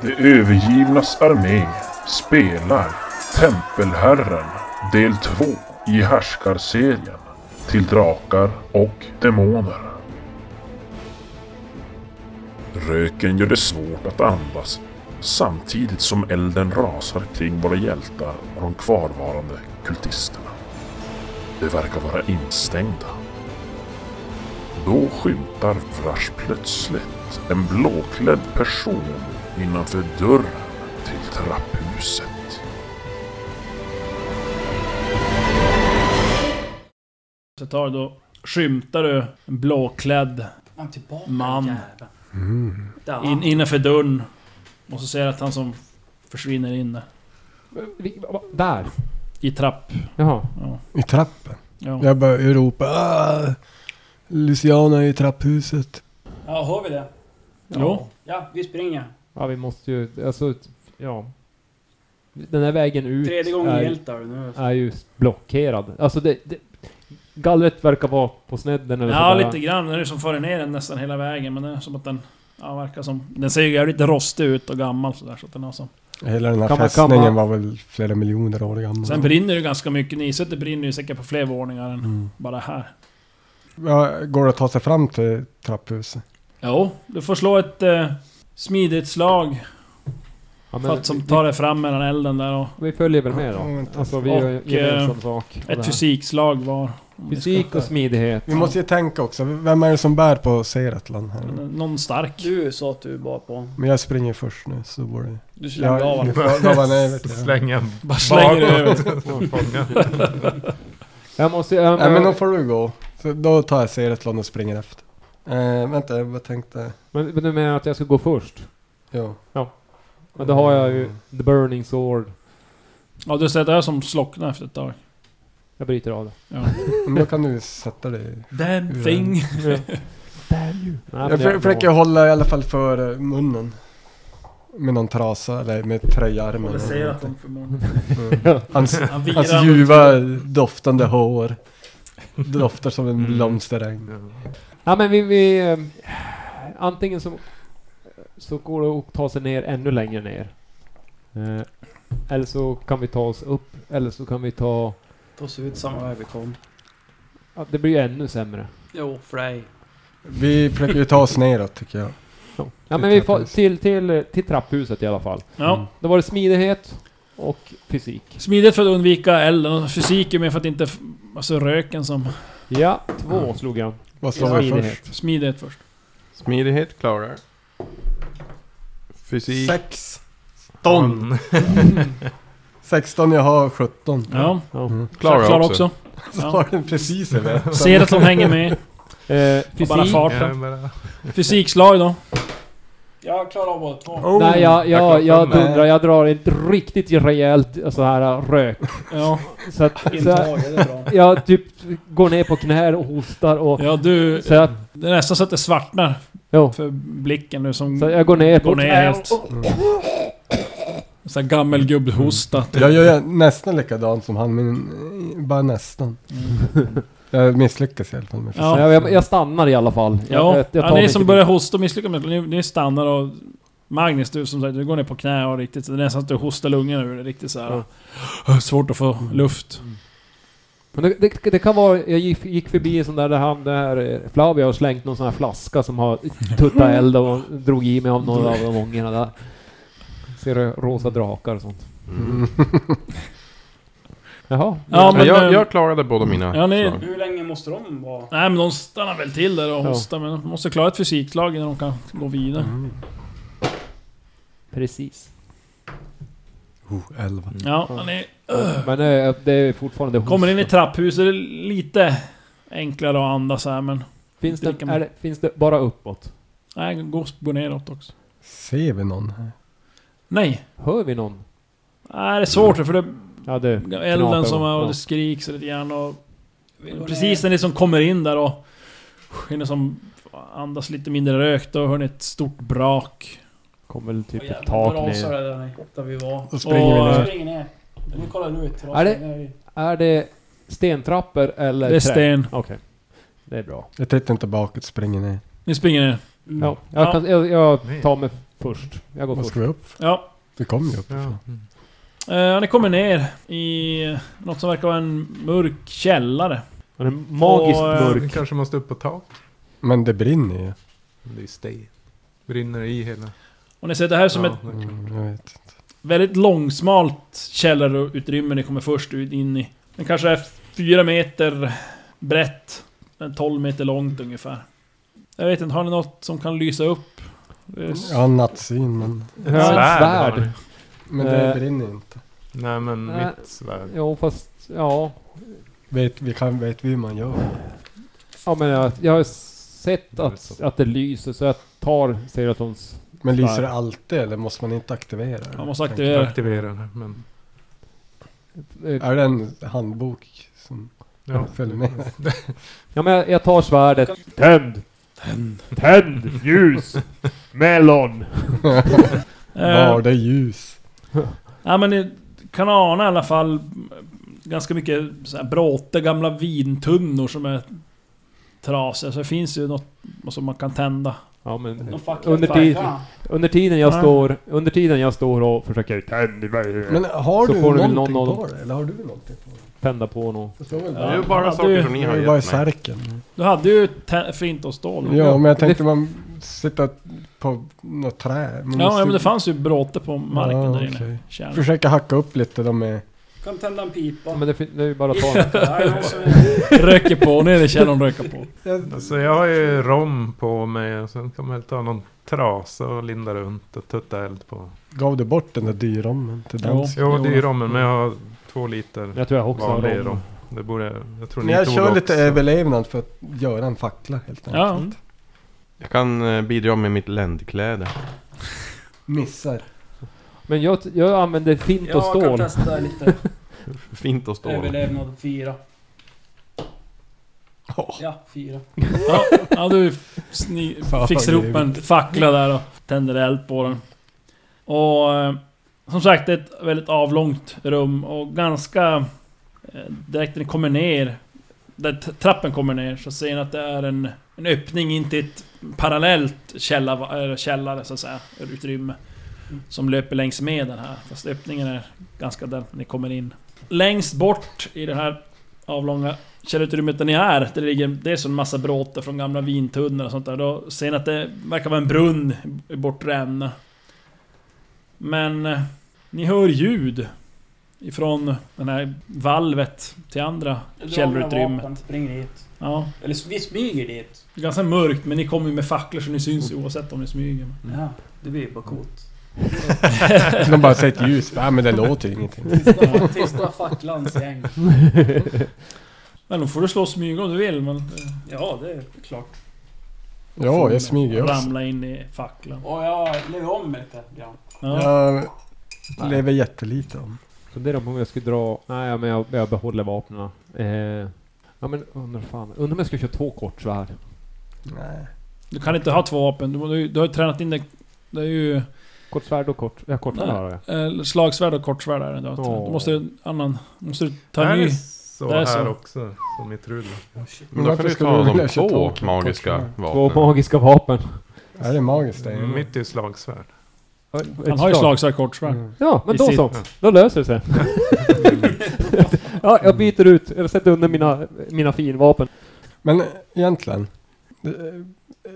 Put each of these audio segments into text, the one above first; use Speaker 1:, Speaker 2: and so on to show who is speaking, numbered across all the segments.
Speaker 1: Det övergivnas armé spelar Tempelherren del 2 i härskarserien till drakar och demoner. Röken gör det svårt att andas samtidigt som elden rasar kring våra hjältar och de kvarvarande kultisterna. De verkar vara instängda. Då skymtar Vrash plötsligt en blåklädd person innanför dörren till trapphuset.
Speaker 2: Så tar du då skymtar du en blåklädd
Speaker 3: Man tillbaka
Speaker 2: Man.
Speaker 3: jäveln. Där.
Speaker 2: in, innanför dörren. Och så ser jag att han som försvinner in där.
Speaker 4: Vi- va- Där?
Speaker 2: I trapp.
Speaker 4: Jaha.
Speaker 5: I trappen.
Speaker 2: Ja.
Speaker 5: Jag börjar ropa "Ah, Luciana är i trapphuset.
Speaker 3: Ja, har vi det?
Speaker 2: Jo.
Speaker 3: Ja, vi springer.
Speaker 4: Ja, vi måste ju... Alltså, ja. Den här vägen ut
Speaker 3: Tredje gången
Speaker 4: är,
Speaker 3: hjältar du nu.
Speaker 4: är ju blockerad. Alltså det, det... Gallret verkar vara på snedden eller
Speaker 2: Ja,
Speaker 4: sådär.
Speaker 2: lite grann. Det är ju som farit ner den nästan hela vägen. Men det är som att den... Ja, verkar som... Den ser ju jävligt rostig ut och gammal sådär. Så att den har som...
Speaker 5: Hela den här
Speaker 4: Kan man- kan
Speaker 5: fästningen
Speaker 4: man-
Speaker 5: var väl flera miljoner år gammal.
Speaker 2: Sen brinner det ju ganska mycket. Nysätet brinner ju säkert på fler våningar än
Speaker 5: Mm.
Speaker 2: bara här.
Speaker 5: Ja, går det att ta sig fram till trapphuset?
Speaker 2: Jo, du får slå ett eh, smidigt slag
Speaker 4: Ja, men
Speaker 2: för att som
Speaker 4: vi-
Speaker 2: tar dig fram mellan elden där och...
Speaker 4: Vi följer väl med
Speaker 5: Ja,
Speaker 4: då.
Speaker 5: vänta.
Speaker 4: Alltså vi gör
Speaker 2: Och, eh,
Speaker 4: gemensam sak. av det här.
Speaker 2: Ett fysikslag var. Om vi ska-
Speaker 4: Fysik och smidighet.
Speaker 5: Vi måste ju tänka också, vem är det som bär på Seratlan här?
Speaker 2: Någon stark.
Speaker 3: Du sa att du var på.
Speaker 5: Men jag springer först nu, så borde...
Speaker 3: Du slängde av
Speaker 5: Jag,
Speaker 3: honom.
Speaker 5: jag, jag, nej, vet jag.
Speaker 6: Släng en
Speaker 2: Bara slänger du över.
Speaker 6: fånga.
Speaker 4: Jag måste... Jag,
Speaker 5: Nej men då
Speaker 4: men,
Speaker 5: får du gå. Så då tar jag Seratlan och springer efter. Eh, vänta, jag bara tänkte...
Speaker 4: men, du menar att jag ska gå först?
Speaker 5: Jo.
Speaker 4: Men då har jag ju
Speaker 5: Mm.
Speaker 4: The Burning Sword.
Speaker 2: Ja, du ser det här som slocknar efter ett tag.
Speaker 4: Jag bryter av det.
Speaker 5: Men då kan du sätta dig...
Speaker 2: Damn
Speaker 5: Hur
Speaker 2: thing.
Speaker 4: Damn you! Nej,
Speaker 5: Jag för- försöker hålla i alla fall för eh, munnen. Med någon trasa eller med tröjarmen.
Speaker 2: Håller
Speaker 5: eller
Speaker 2: säger att
Speaker 5: någonting.
Speaker 2: de förmodligen...
Speaker 5: Hans,
Speaker 2: Han virar
Speaker 5: hans
Speaker 2: mot-
Speaker 5: Alltså, ljuva doftande hår. Doftar som en blomsteräng.
Speaker 4: Ja men vi... vi eh, antingen så... Så går det att ta sig ner ännu längre ner. Eh, eller så kan vi ta oss upp. Eller så kan vi ta...
Speaker 3: Ta oss ut samma väg vi kom.
Speaker 4: Ja, det blir ju ännu sämre.
Speaker 3: Jo, för dig.
Speaker 5: Vi försöker ju ta oss neråt tycker jag.
Speaker 4: Ja,
Speaker 5: Till
Speaker 4: men vi får
Speaker 5: trapphuset.
Speaker 4: till, till, till trapphuset i alla fall.
Speaker 2: Ja.
Speaker 4: Då var det smidighet och fysik.
Speaker 2: Smidigt för att undvika elden och fysik är mer för att inte... f- Alltså röken som...
Speaker 4: Ja, två slog jag.
Speaker 5: Vad slår vi
Speaker 4: Smidighet.
Speaker 5: först?
Speaker 2: Smidighet först.
Speaker 6: Smidighet klarar. Fysik.
Speaker 5: Sex. 16, jag har 17.
Speaker 2: Ja.
Speaker 4: Ja.
Speaker 5: Mm.
Speaker 6: Klarar
Speaker 2: Klar
Speaker 6: också.
Speaker 2: också.
Speaker 5: Så
Speaker 2: Ja.
Speaker 5: var den precis över.
Speaker 2: Ser att de hänger med.
Speaker 4: Eh,
Speaker 2: På
Speaker 4: fysik.
Speaker 2: bara
Speaker 6: Ja,
Speaker 2: farten.
Speaker 6: bara-
Speaker 2: Fysikslag då.
Speaker 3: Jag klarar av båda två.
Speaker 5: Oh.
Speaker 4: Nej, jag, jag,
Speaker 6: Jag
Speaker 4: jag
Speaker 6: kommer.
Speaker 4: dundrar. Jag drar ett riktigt rejält eh, så här rök.
Speaker 2: Ja.
Speaker 4: Så att... Så
Speaker 3: Intag,
Speaker 4: jag,
Speaker 3: är det bra?
Speaker 4: jag typ går ner på knä och hostar och...
Speaker 2: Ja du...
Speaker 4: Så jag,
Speaker 2: Det är nästan så att det svartnar
Speaker 4: jo,
Speaker 2: för blicken nu som...
Speaker 4: så jag går ner på
Speaker 2: Går ner
Speaker 4: knä.
Speaker 2: helt. Så här gammelgubbhosta.
Speaker 5: Jag gör nästan likadant som han, men eh, bara nästan.
Speaker 2: Mm.
Speaker 5: Jag misslyckas i alla fall med fysik.
Speaker 4: Ja. Jag, jag stannar i alla fall.
Speaker 2: Ja,
Speaker 4: jag,
Speaker 2: ja ni
Speaker 4: mig
Speaker 2: som
Speaker 4: till-
Speaker 2: börjar hosta och misslyckas med det, ni, ni stannar och... Magnus, du som sagt, du går ner på knä och riktigt... Det är nästan att du hostar lungorna ur det riktigt så här. Svårt att få luft.
Speaker 4: Men det, det, det kan vara... Jag gick, gick förbi en sån där, där han, där eh, Flavia har slängt någon sån här flaska som har tuttat eld och drog i mig av några av de ångorna där. Ser du rosa drakar och sånt.
Speaker 5: Mm.
Speaker 4: Jaha.
Speaker 2: Ja,
Speaker 6: Ja,
Speaker 2: men...
Speaker 6: jag,
Speaker 2: eh,
Speaker 6: jag klarade båda mina
Speaker 2: Ja, ni-
Speaker 6: slag.
Speaker 3: Hur länge måste de vara?
Speaker 2: Nej men de stannar väl till där och
Speaker 4: Ja.
Speaker 2: hostar men de måste klara ett fysiklag innan de kan gå vidare.
Speaker 4: Precis.
Speaker 5: Oh, 11.
Speaker 2: Ja, och ni
Speaker 4: Men eh, det är fortfarande host.
Speaker 2: kommer in i trapphuset, det är lite enklare att andas här men...
Speaker 4: finns, det,
Speaker 2: dricka
Speaker 4: är det, finns det bara uppåt?
Speaker 2: Nej, gå, gå neråt också.
Speaker 5: Ser vi någon här?
Speaker 2: Nej!
Speaker 4: Hör vi någon?
Speaker 2: Nej det är svårt för det
Speaker 4: Ja du.
Speaker 2: är elden som är och
Speaker 4: Ja.
Speaker 2: det skriks lite grann och...
Speaker 3: Vi går
Speaker 2: Precis
Speaker 3: ner.
Speaker 2: när ni som kommer in där och... Hinner som andas lite mindre rök, då hör ni ett stort brak.
Speaker 4: Kommer väl typ
Speaker 3: Åh,
Speaker 4: ett
Speaker 3: jävlar,
Speaker 4: tak
Speaker 3: vad rasar
Speaker 4: ner.
Speaker 3: det där, där vi var.
Speaker 5: Då springer vi
Speaker 2: Och,
Speaker 5: ner.
Speaker 2: eh,
Speaker 3: springer ner. Nu kollar du ut.
Speaker 4: Är det- Är det stentrappor eller
Speaker 2: Det är
Speaker 4: trä?
Speaker 2: sten.
Speaker 4: Okej. Det är bra.
Speaker 5: Jag tittar inte bakåt, springer ner.
Speaker 2: Ni springer ner.
Speaker 4: Ja,
Speaker 2: Mm. Ja.
Speaker 4: jag, kan, jag, jag tar mig först. Jag går
Speaker 5: Vad
Speaker 4: först.
Speaker 5: ska vi upp för?
Speaker 2: Ja.
Speaker 5: Vi kommer ju upp.
Speaker 6: Ja.
Speaker 2: Eh, ni kommer ner i något som verkar vara en mörk källare.
Speaker 4: Den är magiskt
Speaker 2: Och, eh,
Speaker 6: Vi
Speaker 4: mörk.
Speaker 6: kanske måste upp på tak.
Speaker 5: Men det brinner ju.
Speaker 6: Det är steg. Brinner i hela...
Speaker 2: Och ni ser att det här är som
Speaker 6: Ja,
Speaker 2: ett
Speaker 6: det är klart.
Speaker 5: Mm, jag vet.
Speaker 2: väldigt långsmalt källarutrymme ni kommer först ut in i. Den kanske är fyra meter brett. Den 12 meter långt ungefär. Jag vet inte, har ni något som kan lysa upp? Eh, Det är s-
Speaker 5: Ja, nattsyn men...
Speaker 4: Ja, ett
Speaker 6: har
Speaker 4: svärd.
Speaker 6: ni.
Speaker 5: Men det
Speaker 4: Eh.
Speaker 5: brinner ju inte.
Speaker 6: Nej men
Speaker 4: Nej.
Speaker 6: mitt svärd.
Speaker 4: Jo fast, ja.
Speaker 5: Vet vi, kan, vet vi hur man gör?
Speaker 4: Ja men jag, jag har sett
Speaker 6: Det är
Speaker 4: att,
Speaker 6: så.
Speaker 4: att det lyser så jag tar Seratons...
Speaker 5: Men lyser det
Speaker 4: Svärd.
Speaker 5: alltid eller måste man inte aktivera det?
Speaker 2: Man måste aktivera det.
Speaker 6: Aktivera den här men...
Speaker 4: eh,
Speaker 5: Är det en handbok som
Speaker 6: Ja.
Speaker 5: följer med?
Speaker 4: Ja men jag, jag tar svärdet. Tänd! Tänd! Ljus! Melon!
Speaker 2: Eh.
Speaker 5: Var det ljus?
Speaker 2: Ja men ni kan ana i alla fall ganska mycket så här bråte, gamla vintunnor som är trasiga. Så det finns ju något som man kan tända.
Speaker 4: Ja men...
Speaker 3: De fuckar
Speaker 4: Under,
Speaker 3: inte.
Speaker 4: tid, under tiden jag
Speaker 2: Ja.
Speaker 4: står... Under tiden jag står och försöker tända,
Speaker 5: Men har
Speaker 4: Så
Speaker 5: du
Speaker 4: får du väl
Speaker 5: någonting
Speaker 4: någon-
Speaker 5: på det? Eller har du någonting på det?
Speaker 4: tända på något.
Speaker 5: Det står väl
Speaker 6: Det är
Speaker 5: bara...
Speaker 6: ju bara
Speaker 2: Ja,
Speaker 6: saker
Speaker 2: du-
Speaker 6: som ni
Speaker 5: Det
Speaker 6: har
Speaker 5: är ju bara i
Speaker 6: gett mig.
Speaker 5: särken.
Speaker 2: Du hade ju tä- flint och stål. Ja,
Speaker 5: Ja, men jag tänkte man sitta på något trä. Man måste
Speaker 2: ja men
Speaker 5: ju
Speaker 2: det fanns ju bråte på marken
Speaker 5: Ja,
Speaker 2: där inne.
Speaker 5: okej.
Speaker 2: Kärn.
Speaker 5: Försöka hacka upp lite de med...
Speaker 3: Kan tända en pipa.
Speaker 4: Men det, fin- det är ju bara att ta den.
Speaker 3: Ja, jag måste-
Speaker 2: Röker på, ner i källaren och röker på.
Speaker 6: Alltså jag har ju rom på mig och sen kan man väl ta någon trasa och linda runt och tutta eld på.
Speaker 5: Gav du bort den där dyrommen till
Speaker 2: Jo.
Speaker 5: dans?
Speaker 6: Jo, det är
Speaker 2: Jo.
Speaker 6: ju rommen men jag har två liter
Speaker 4: Jag tror jag också har
Speaker 6: vanlig rom.
Speaker 4: dem.
Speaker 6: Det borde... Jag tror
Speaker 5: Men
Speaker 6: ni
Speaker 5: jag
Speaker 6: tog
Speaker 5: kör
Speaker 6: också.
Speaker 5: lite
Speaker 2: eh,
Speaker 5: överlevnad för att göra en fackla helt enkelt.
Speaker 2: Ja.
Speaker 7: Jag kan eh, bidra med mitt ländkläde.
Speaker 5: Missar.
Speaker 4: Men jag, jag använder fint och
Speaker 3: Jag kan
Speaker 4: stål.
Speaker 3: testa lite
Speaker 7: Fint och stål.
Speaker 3: överlevnad 4. Ja, 4.
Speaker 2: Ja, ja du sni- fixar ihop en fackla där och tänder eld på den. Och eh, som sagt, det är ett väldigt avlångt rum och ganska... eh, Direkt när ni kommer ner, där t- trappen kommer ner, så ser ni att det är en, en öppning in till ett parallellt källa, eller källare, så att säga, utrymme. Som löper längs med den här, fast öppningen är ganska där ni kommer in. Längst bort i det här avlånga källutrymmet där ni är, det ligger dels en massa bråte från gamla vintunnor och sånt där. Då ser ni att det verkar vara en brunn i bortre änden. Men eh, ni hör ljud ifrån den här valvet till andra källarutrymmet.
Speaker 3: springer dit.
Speaker 2: Ja,
Speaker 3: Eller vi smyger dit.
Speaker 2: det är ganska mörkt men ni kommer ju med facklor så ni syns
Speaker 5: Mm.
Speaker 2: ju oavsett om ni smyger.
Speaker 3: Ja, det blir ju bara coolt.
Speaker 5: De bara sätter ljus. Nej men det låter ju ingenting.
Speaker 3: Tysta, tysta facklans gäng.
Speaker 2: Men då får du slå och smyga om du vill men... eh,
Speaker 3: Ja, det är klart.
Speaker 5: Ja, jag smyger ju också.
Speaker 2: Ramla in i facklan.
Speaker 3: Och jag lever om mig lite grann.
Speaker 2: Ja.
Speaker 5: Jag lever jättelite om.
Speaker 4: Funderar på om jag ska dra... Nej, men jag, jag behåller vapnen. Eh, ja, men undrar fan. Undrar om jag ska köra två kortsvärd.
Speaker 5: Nej.
Speaker 2: Du kan inte ha två vapen, du, du, du har ju tränat in det... Det är ju...
Speaker 4: Kortsvärd och kort... Ja, kortsvärd
Speaker 2: Nej.
Speaker 4: har jag.
Speaker 2: Eh, Slagsvärd och kortsvärd är det då.
Speaker 4: Ja.
Speaker 2: Då måste du annan... Måste du ta
Speaker 6: är
Speaker 2: en ny...
Speaker 6: det så
Speaker 2: Det är
Speaker 6: här
Speaker 2: så.
Speaker 6: också? Som i Trudel.
Speaker 7: Men då
Speaker 5: Varför
Speaker 7: kan du
Speaker 5: skulle
Speaker 7: ta
Speaker 5: du
Speaker 7: de
Speaker 5: vilja köra
Speaker 7: två
Speaker 5: tåg?
Speaker 7: magiska
Speaker 4: Två
Speaker 7: vapnen.
Speaker 4: magiska vapen.
Speaker 5: Är det magiskt det?
Speaker 6: Mm, Mitt är ju slagsvärd.
Speaker 2: Han har ju slagsvärd kortsvärd.
Speaker 5: Mm.
Speaker 4: Ja, men
Speaker 2: I
Speaker 4: då
Speaker 2: sitt-
Speaker 4: så. Då löser det sig. ja, jag byter ut. Jag sätter under mina, mina finvapen.
Speaker 5: Men egentligen. eh,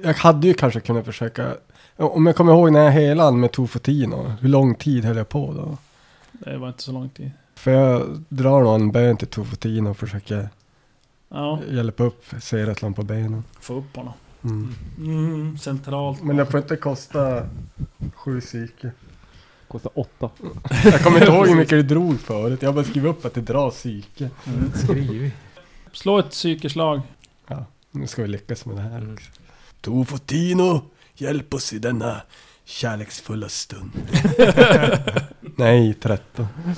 Speaker 5: Jag hade ju kanske kunnat försöka. Om jag kommer ihåg när jag helade med Tofotino. Hur lång tid höll jag på då?
Speaker 2: Det var inte så lång tid.
Speaker 5: För jag drar nog en bön till Tofotino och försöker
Speaker 2: Ja,
Speaker 5: hjälpa upp Seratlan på benen.
Speaker 2: få upp honom.
Speaker 5: Mm.
Speaker 2: Mm, centralt.
Speaker 5: Men det får inte kosta sju psyke.
Speaker 4: Kostar åtta.
Speaker 5: Jag kommer inte ihåg hur mycket du drog förut. Jag har bara skrivit upp att det drar psyke.
Speaker 6: Skrivig.
Speaker 2: Slå ett psykeslag.
Speaker 5: Nu ska vi lyckas med det här
Speaker 6: Mm.
Speaker 5: också. Tofotino, hjälp oss i denna kärleksfulla stund. Nej, 13.
Speaker 2: Ja.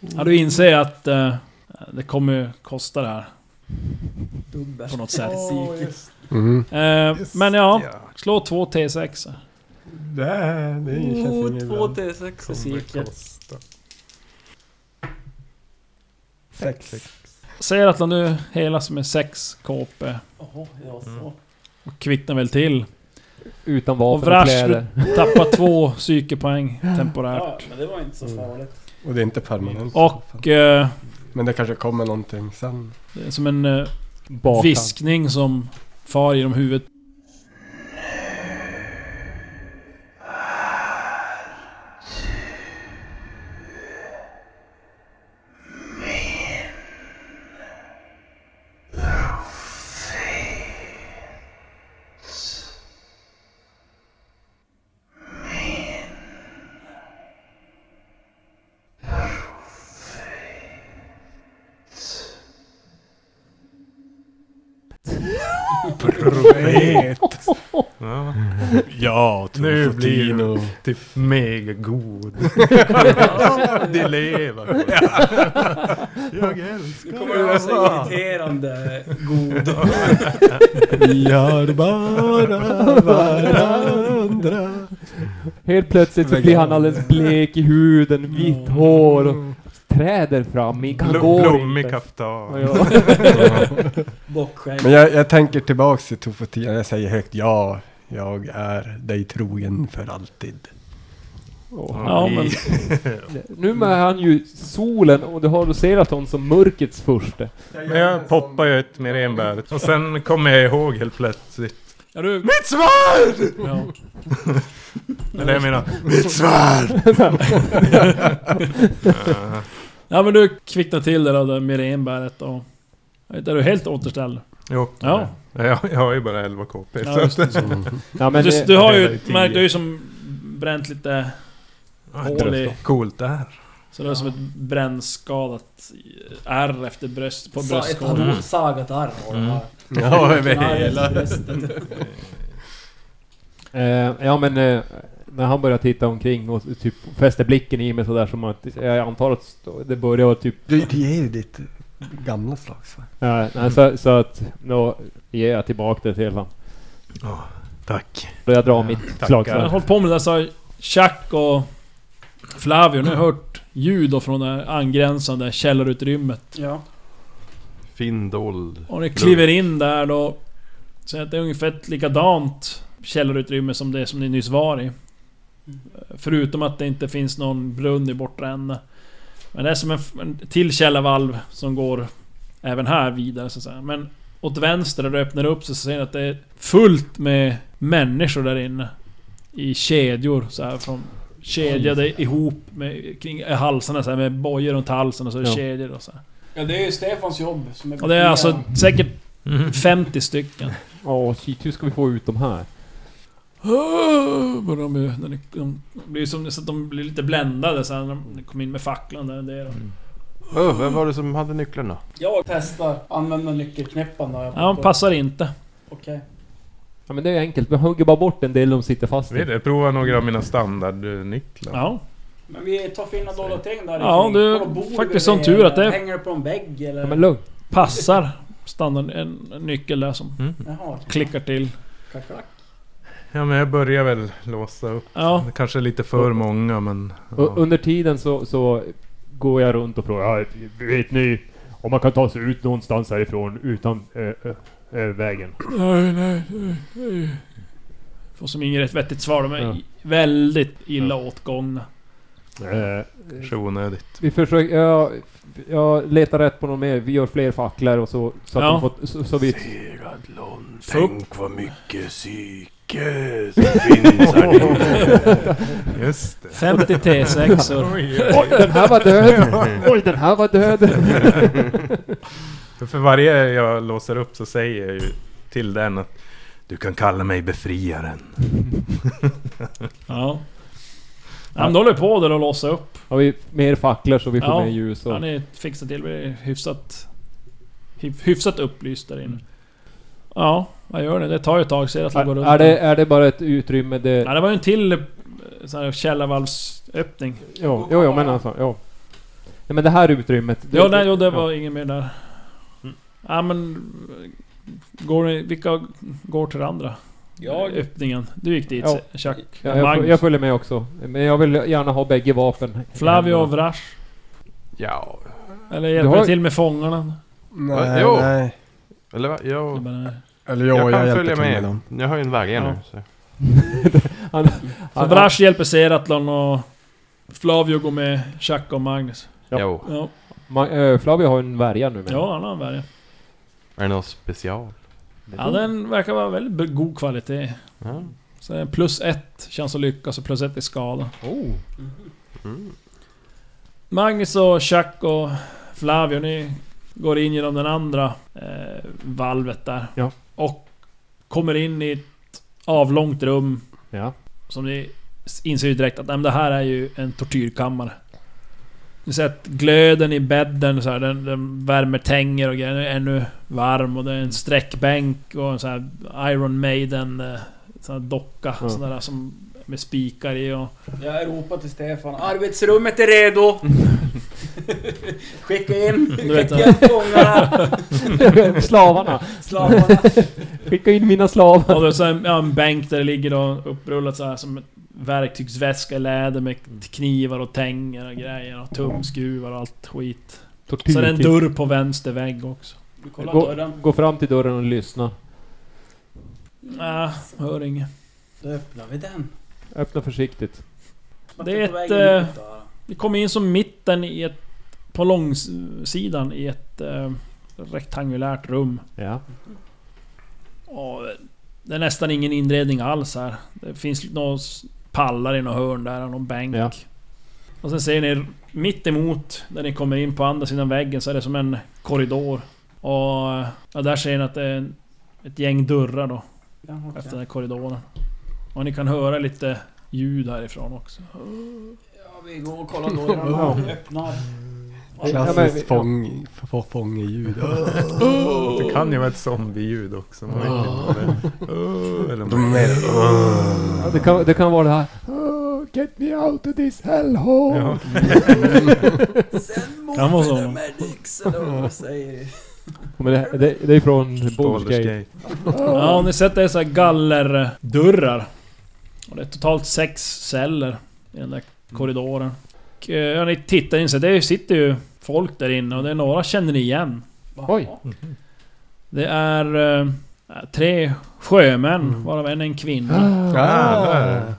Speaker 6: Mm.
Speaker 2: ja du inser att eh, det kommer ju kosta det här
Speaker 3: Dubbel.
Speaker 2: på något sätt.
Speaker 3: Åh, just
Speaker 5: Mm.
Speaker 2: Eh,
Speaker 6: Just
Speaker 2: men ja,
Speaker 6: ja.
Speaker 2: slå två T6.
Speaker 5: Det, här, det känns
Speaker 3: Oh,
Speaker 5: inget
Speaker 3: två
Speaker 5: bra.
Speaker 3: till sex är
Speaker 6: Kommer
Speaker 3: säkert.
Speaker 6: kosta.
Speaker 5: Sex.
Speaker 2: Säger att han nu helas med 6 KP.
Speaker 3: Jaha, ja så.
Speaker 2: Mm. Och kvittnar väl till.
Speaker 4: utan vapen och,
Speaker 2: vrash,
Speaker 4: kläder.
Speaker 2: Tappar två psykepoäng
Speaker 3: Ja,
Speaker 2: temporärt.
Speaker 3: men det var inte
Speaker 2: Mm.
Speaker 3: så farligt.
Speaker 5: Och det är inte permanent.
Speaker 2: Och... Eh,
Speaker 5: Men det kanske kommer någonting sen.
Speaker 2: det är som en eh,
Speaker 4: Bakhand.
Speaker 2: viskning som far genom huvudet.
Speaker 5: Profet!
Speaker 6: Ja,
Speaker 5: ja,
Speaker 6: Nu blir det-
Speaker 5: Tofotino.
Speaker 6: typ megagod. De lever. Jag älskar
Speaker 3: Nu kommer det vara så irriterande god.
Speaker 5: Vi är bara varandra.
Speaker 4: Helt plötsligt så blir han alldeles blek i huden,
Speaker 2: Mm.
Speaker 4: vitt hår och träder fram. i- Han
Speaker 6: Bl-
Speaker 4: går
Speaker 6: Blommig
Speaker 4: inte.
Speaker 6: kaftan.
Speaker 4: Ja,
Speaker 3: Bockskägg.
Speaker 5: Men jag, jag tänker tillbaks till Tofotino. Jag säger högt ja. Jag är dig trogen för alltid.
Speaker 2: Ja, men-
Speaker 4: Nu är han ju solen och du har doserat honom som mörkets furste.
Speaker 6: Men jag poppar ju ett mirenbär. Och sen kommer jag ihåg helt plötsligt.
Speaker 2: Ja, du...
Speaker 6: Mitt svärd!
Speaker 2: Ja.
Speaker 6: Eller jag menar,
Speaker 5: Mitt svärd!
Speaker 2: ja men du kvicknar till där av det mirenbäret och... Där är du helt återställd.
Speaker 6: jo.
Speaker 2: Ja.
Speaker 6: Jag, jag har ju bara 11 KP.
Speaker 2: Ja,
Speaker 6: så
Speaker 2: just
Speaker 6: att,
Speaker 4: Ja, men eh,
Speaker 2: du,
Speaker 4: det,
Speaker 2: du har ju
Speaker 6: det är
Speaker 2: märkt,
Speaker 6: tio.
Speaker 2: du har ju som bränt lite... Hål i-
Speaker 6: coolt det här.
Speaker 2: Så det är som ett brännskadat ärr efter bröst, på Mm.
Speaker 3: Sa- Ett
Speaker 2: bröstkorgen.
Speaker 3: hade sagat arm har de här.
Speaker 5: Ja, över
Speaker 3: Knarret i
Speaker 5: hela.
Speaker 3: bröstet.
Speaker 4: eh, ja men eh, när han börjar titta omkring och typ fäster blicken i mig sådär som att eh, jag antar att det börjar vara typ
Speaker 5: Du, det är ju ditt gamla slagsvärd.
Speaker 4: Ja, nej, så, så att då ger jag tillbaka det till honom.
Speaker 6: Tack.
Speaker 4: Då jag drar mitt
Speaker 6: tackar.
Speaker 2: Jag har
Speaker 4: slagsvärd.
Speaker 2: hållit på med det där så Chuck och Flavio nu har hört ljud då från det här angränsande källarutrymmet.
Speaker 3: Ja.
Speaker 7: Fin dold.
Speaker 2: Och ni kliver in där då. Så att det är ungefär ett likadant källarutrymme som det som ni nyss var i. Förutom att det inte finns någon brunn i bortre änden. Men det är som en, en till källarvalv som går även här vidare så att säga. Men åt vänster där du öppnar upp så ser ni att det är fullt med människor där inne. I kedjor så här från... Kedjade ihop med, kring halsarna så här, med bojor runt halsen och så är det
Speaker 4: Ja.
Speaker 2: kedjor och så här.
Speaker 3: ja, det är ju Stefans jobb som är
Speaker 2: Och det är alltså säkert 50 stycken.
Speaker 4: Åh shit, hur ska vi få ut de här?
Speaker 2: Men Ah, de, är- när ni- de blir som så att de blir lite bländade sen när de kom in med facklan där. Det är de.
Speaker 7: Öh, vem var det som hade nycklarna?
Speaker 3: Jag testar använda nyckelknäppan då.
Speaker 2: Ja, han passar inte.
Speaker 3: Okej.
Speaker 4: Ja men det är enkelt, vi hugger bara bort en del de sitter fast
Speaker 6: Vill
Speaker 4: i.
Speaker 6: du prova några av mina standardnycklar?
Speaker 2: Ja.
Speaker 3: Men vi tar fina dolda ting där
Speaker 2: Ja,
Speaker 3: kring.
Speaker 2: du-
Speaker 3: Kolla bord
Speaker 2: faktiskt
Speaker 3: bredvid,
Speaker 2: sån tur att det-
Speaker 3: Hänger det på en vägg eller?
Speaker 4: Ja, men lugn.
Speaker 2: Passar. Standard, en en nyckel där som
Speaker 3: Jaha.
Speaker 2: klickar till.
Speaker 3: Kacklack.
Speaker 6: Ja, men jag börjar väl låsa upp.
Speaker 2: Ja.
Speaker 6: Det kanske är lite för många, men...
Speaker 4: U-
Speaker 6: Ja.
Speaker 4: under tiden så, så går jag runt och frågar, "Ja, vet ni om man kan ta sig ut någonstans härifrån utan eh, eh, eh, vägen?
Speaker 2: Nej, nej, nej. Får som inget rätt vettigt svar. De är
Speaker 4: Ja.
Speaker 2: väldigt illa åtgångna.
Speaker 4: Eh,
Speaker 6: Kanske onödigt.
Speaker 4: vi försöker, jag, jag letar rätt på något mer, vi gör fler facklor och så, så att
Speaker 2: Ja.
Speaker 4: de får, så, så vi...
Speaker 2: Tänk
Speaker 7: vad mycket psyke som finns här
Speaker 6: Just det.
Speaker 2: 50 T6or.
Speaker 6: Oj, oj.
Speaker 4: Oj, den här var död! Oj, den här var död!
Speaker 6: För, för varje jag låser upp så säger jag ju till den att du kan kalla mig befriaren.
Speaker 2: Ja. ja men då håller vi på där och låser upp.
Speaker 4: Har vi mer facklor så vi får
Speaker 2: Ja,
Speaker 4: mer ljus och...
Speaker 2: Han är fixat till. Vi är hyfsat... hyf- Hyfsat upplyst där inne. Ja, vad gör ni? Det tar ju ett tag. Ser att det går
Speaker 4: Mm. Är,
Speaker 2: runt.
Speaker 4: är, det, är det bara ett utrymme det...
Speaker 2: Ja, det var ju en till eh, sån här källarvalvsöppning.
Speaker 4: Jo, jo, jo men alltså, jo. Nej men det här utrymmet... det-
Speaker 2: Ja, nej, jo, det
Speaker 4: ja. Mm.
Speaker 2: var ingen mer där. Ja, men... eh, Går ni, vilka går till det andra?
Speaker 3: Jag.
Speaker 2: Öppningen. Du gick dit,
Speaker 4: Ja.
Speaker 2: Chuck.
Speaker 4: Ja, jag,
Speaker 2: Magnus.
Speaker 4: föl- jag följer med också. Men jag vill gärna ha bägge vapen.
Speaker 2: Flavio och Vrash.
Speaker 7: Ja,
Speaker 2: Eller
Speaker 4: Du
Speaker 2: hjälper
Speaker 4: har-
Speaker 2: du till med fångarna?
Speaker 5: Nej,
Speaker 7: Jo.
Speaker 5: nej.
Speaker 7: eller va? Jag,
Speaker 2: Jag menar-
Speaker 5: Eller jo, jag,
Speaker 7: jag kan
Speaker 5: hjälper
Speaker 7: följa
Speaker 5: till med
Speaker 7: med.
Speaker 5: dem.
Speaker 7: Jag har ju en väljare
Speaker 2: Ja.
Speaker 7: nu. Så.
Speaker 4: han,
Speaker 2: Så Vrash hjälper Seratlon och Flavio går med Chuck och Magnus.
Speaker 4: Ja.
Speaker 7: Jo.
Speaker 2: Ja,
Speaker 4: Ma- eh, Flavio har en värja nu med.
Speaker 2: ja han har en värja.
Speaker 7: Är det något special?
Speaker 2: Ja, den verkar vara väldigt b- god kvalitet.
Speaker 7: Ja.
Speaker 2: Så det är plus ett chans att lyckas och plus ett i skada. Mm.
Speaker 4: Oh.
Speaker 2: Magnus och Chuck och Flavio, ni går in genom den andra eh, valvet där.
Speaker 4: Ja.
Speaker 2: Och kommer in i ett avlångt rum
Speaker 4: Ja.
Speaker 2: som ni inser ju direkt att nej, men det här är ju en tortyrkammare. Ni ser att glöden i bädden så här, den, den värmer tänger och grejer, den är ännu varm och det är en sträckbänk och en sån här Iron Maiden eh, sån här docka
Speaker 4: Ja.
Speaker 2: sån där, som med spikar i och...
Speaker 3: Jag ropar till Stefan. Arbetsrummet är redo! Skicka in,
Speaker 2: Du vet,
Speaker 3: skicka in fångarna,
Speaker 4: Slavarna!
Speaker 3: slavarna.
Speaker 4: Skicka in mina slavar!
Speaker 2: Och det är så en, ja, en bänk där det ligger då upprullat så här som ett verktygsväska i läder med knivar och tänger och grejer och tumskruvar och allt skit. Så det är en dörr på vänster vägg också.
Speaker 3: Du kollar
Speaker 4: Gå,
Speaker 3: dörren.
Speaker 4: gå fram till dörren och lyssna.
Speaker 2: Nej, hör inget.
Speaker 3: Då öppnar vi den.
Speaker 4: Öppna försiktigt.
Speaker 3: Vart
Speaker 2: Det är
Speaker 3: på
Speaker 2: ett,
Speaker 3: vägen
Speaker 2: eh,
Speaker 3: ut då?
Speaker 2: Vi kommer in som mitten i ett... På långsidan i ett eh, rektangulärt rum.
Speaker 4: Ja.
Speaker 2: Och det är nästan ingen inredning alls här. Det finns några s- pallar i något hörn där och någon bänk.
Speaker 4: Ja.
Speaker 2: Och sen ser ni mitt emot där ni kommer in på andra sidan väggen så är det som en korridor. Och ja, där ser ni att det är en- ett gäng dörrar då
Speaker 3: Ja, okej.
Speaker 2: efter den här korridoren. Och ni kan höra lite ljud härifrån också.
Speaker 3: Ja, vi går och kollar dörrarna. Vi öppnar.
Speaker 4: men vi-
Speaker 5: Klassiskt fång, få- fångeljud.
Speaker 6: Det kan ju vara ett zombieljud också. Man vet inte vad det är. Åh, eller
Speaker 5: Ah. De är
Speaker 6: man-
Speaker 5: mer...
Speaker 4: Ja, Det, kan, det kan vara det här... "Oh, get me out of this hellhole!
Speaker 6: Ja.
Speaker 3: Sen
Speaker 2: Kan vara så.
Speaker 3: morfar medics eller vad man säger.
Speaker 4: Men det, det, det är från
Speaker 6: Baldur's
Speaker 4: Baldur's Gate.
Speaker 6: Gate.
Speaker 2: Ja, om ni sett det är så här gallerdörrar. Och det är totalt sex celler i den där korridoren. Och, eh, ja, ni tittar in så det sitter ju folk där inne och det är några känner ni igen.
Speaker 4: Oj.
Speaker 2: Det är eh, tre sjömän, varav en är en kvinna.
Speaker 5: Ah,
Speaker 6: där.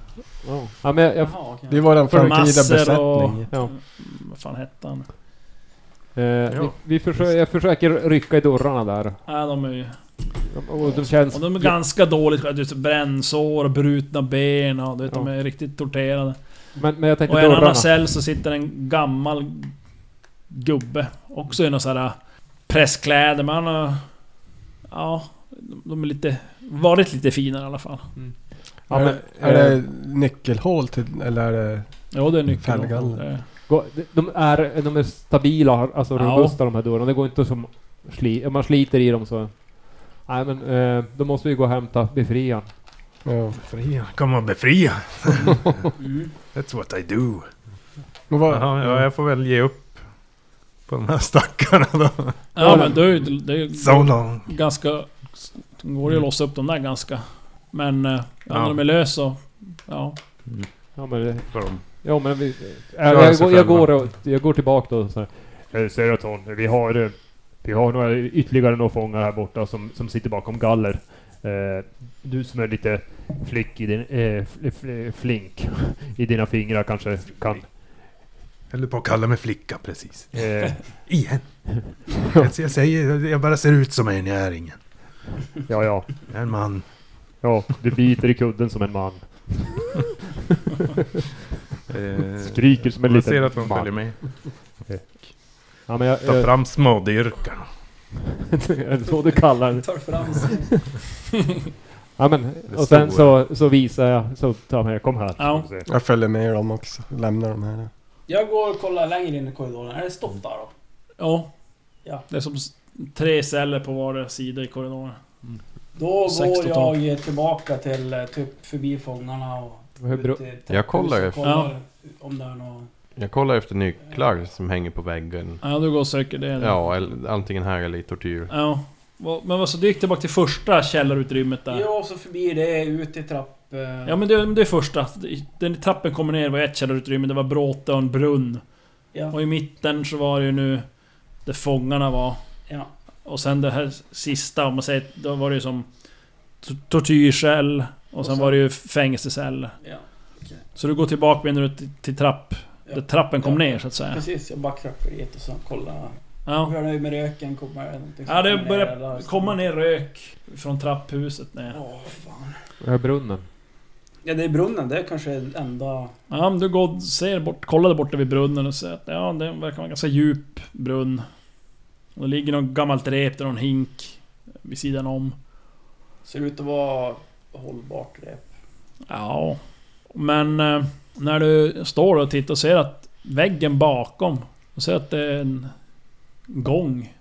Speaker 4: Wow. Ja, men jag, jag,
Speaker 3: Jaha, okej.
Speaker 5: det var den framtida
Speaker 2: Masser och- Mm,
Speaker 5: besättningen.
Speaker 4: ja.
Speaker 2: Vad fan hette han?
Speaker 4: Eh, vi, vi försöker, jag försöker rycka i dörrarna där.
Speaker 2: Nej, de är ju...
Speaker 4: De- Och de känns...
Speaker 2: Och de är ganska dåligt skötta. Du vet, Brännsår och brutna ben och du vet, de är riktigt torterade.
Speaker 4: Men, men jag tänkte
Speaker 2: Och i en
Speaker 4: dörrarna.
Speaker 2: annan cell så sitter en gammal gubbe. Också i några sån här presskläder, men han har... Ja, de- de är lite... Varit lite finare i alla fall.
Speaker 4: Ja, men,
Speaker 5: är, är det nyckelhål till, eller är det...
Speaker 2: Jo, det är nyckeln.
Speaker 5: Fällgallen.
Speaker 2: Det-
Speaker 4: gå- de- de, är, de är stabila, har- alltså
Speaker 2: Ja.
Speaker 4: robusta de här dörrarna. Det går inte som... Sli, om man sliter i dem så... Nej men, eh, då måste vi gå och hämta befriaren.
Speaker 5: Ja.
Speaker 6: Befria. Kom och befria.
Speaker 3: Mm.
Speaker 6: That's what I do.
Speaker 5: Men vad,
Speaker 6: Jaha, ja, jag får väl ge upp på de här stackarna då.
Speaker 2: Ja, men det är ju... Det är ju
Speaker 6: So long.
Speaker 2: ganska... Det går ju att låsa upp dem där ganska. Men... eh, Ja, när
Speaker 6: Ja.
Speaker 2: de är lös så... Ja.
Speaker 4: Ja men, det-
Speaker 6: För dem.
Speaker 4: ja, men vi, jag,
Speaker 6: Klara
Speaker 4: jag,
Speaker 6: sig
Speaker 4: går- jag,
Speaker 6: själva.
Speaker 4: går, och- jag går tillbaka då så här. Eh, Seraton, vi har, eh, vi har några, ytterligare några fångar här borta som, som sitter bakom galler. Eh, du som är lite flick i din, eh, fl- fl- flink i dina fingrar kanske kan...
Speaker 6: Höll på att kalla mig flicka precis.
Speaker 4: Eh,
Speaker 6: Igen. Jag, jag säger, jag bara ser ut som en, jag är ingen.
Speaker 4: ja, ja,
Speaker 6: Jag är en man.
Speaker 4: ja, du biter i kudden som en man.
Speaker 6: Eh,
Speaker 4: Skriker som en
Speaker 6: jag ser
Speaker 4: liten
Speaker 6: att de följer
Speaker 4: man.
Speaker 6: med.
Speaker 5: Eh.
Speaker 4: Ja, men jag,
Speaker 6: Ta
Speaker 4: jag,
Speaker 6: fram smådyrkarna.
Speaker 4: är det så du kallar det?
Speaker 3: Tar fram sin...
Speaker 4: Ja, men, och sen så, så visar jag, så tar jag med, kom här.
Speaker 2: Ja.
Speaker 4: ska vi se.
Speaker 5: jag följer med dem också. Lämnar dem här.
Speaker 3: Jag går och kollar längre in i korridoren. Är det stopp där då?
Speaker 2: Ja.
Speaker 3: Ja.
Speaker 2: Det är som s- tre celler på vardera sida i korridoren.
Speaker 3: Då
Speaker 2: Mm. Sex
Speaker 3: går
Speaker 2: totalt.
Speaker 3: jag tillbaka till eh, typ förbi fångarna och...
Speaker 4: Hur bra-
Speaker 3: ut till trapphuset
Speaker 7: Jag kollar
Speaker 3: och
Speaker 7: efter.
Speaker 3: kollar Om det är något...
Speaker 7: Jag kollar efter nycklar som hänger på väggen.
Speaker 2: Ja, du går och söker det. då.
Speaker 7: Ja, eller, antingen här eller i tortyr.
Speaker 2: Ja. Va- Men vad så du gick tillbaka till första källarutrymmet där?
Speaker 3: Ja, och så förbi det, ut i trapp... eh,
Speaker 2: Ja men det, det är första. Den trappen kommer ner var ett källarutrymme, det var bråte och en brunn.
Speaker 3: ja,
Speaker 2: Och i mitten så var det ju nu där fångarna var.
Speaker 3: ja.
Speaker 2: Och sen det här sista, om man säger, då var det ju som t- tortyrcell Och sen var det ju fängelseceller.
Speaker 3: Ja,
Speaker 2: Så du går tillbaka med nu till, till trapp...
Speaker 3: Ja.
Speaker 2: Där trappen kom
Speaker 3: Ja.
Speaker 2: ner så att säga.
Speaker 3: precis. Jag backtrackade dit och så kolla.
Speaker 2: Ja.
Speaker 3: Hör ni med röken? Kommer det någonting som
Speaker 2: Ja,
Speaker 3: kommer
Speaker 2: det
Speaker 3: ner
Speaker 2: börjar
Speaker 3: eller-
Speaker 2: komma ner rök från trapphuset ner.
Speaker 3: Åh, fan.
Speaker 4: Är brunnen?
Speaker 3: Ja, det är brunnen. Det är kanske det enda...
Speaker 2: Ja, men du går, ser bort, kollar där borta vid brunnen och ser att ja, det verkar vara en ganska djup brunn. Och det ligger något gammalt rep där, någon hink vid sidan om.
Speaker 3: Ser ut att vara hållbart rep.
Speaker 2: Ja. Men eh, när du står och tittar och ser att väggen bakom, du ser att det är en gång.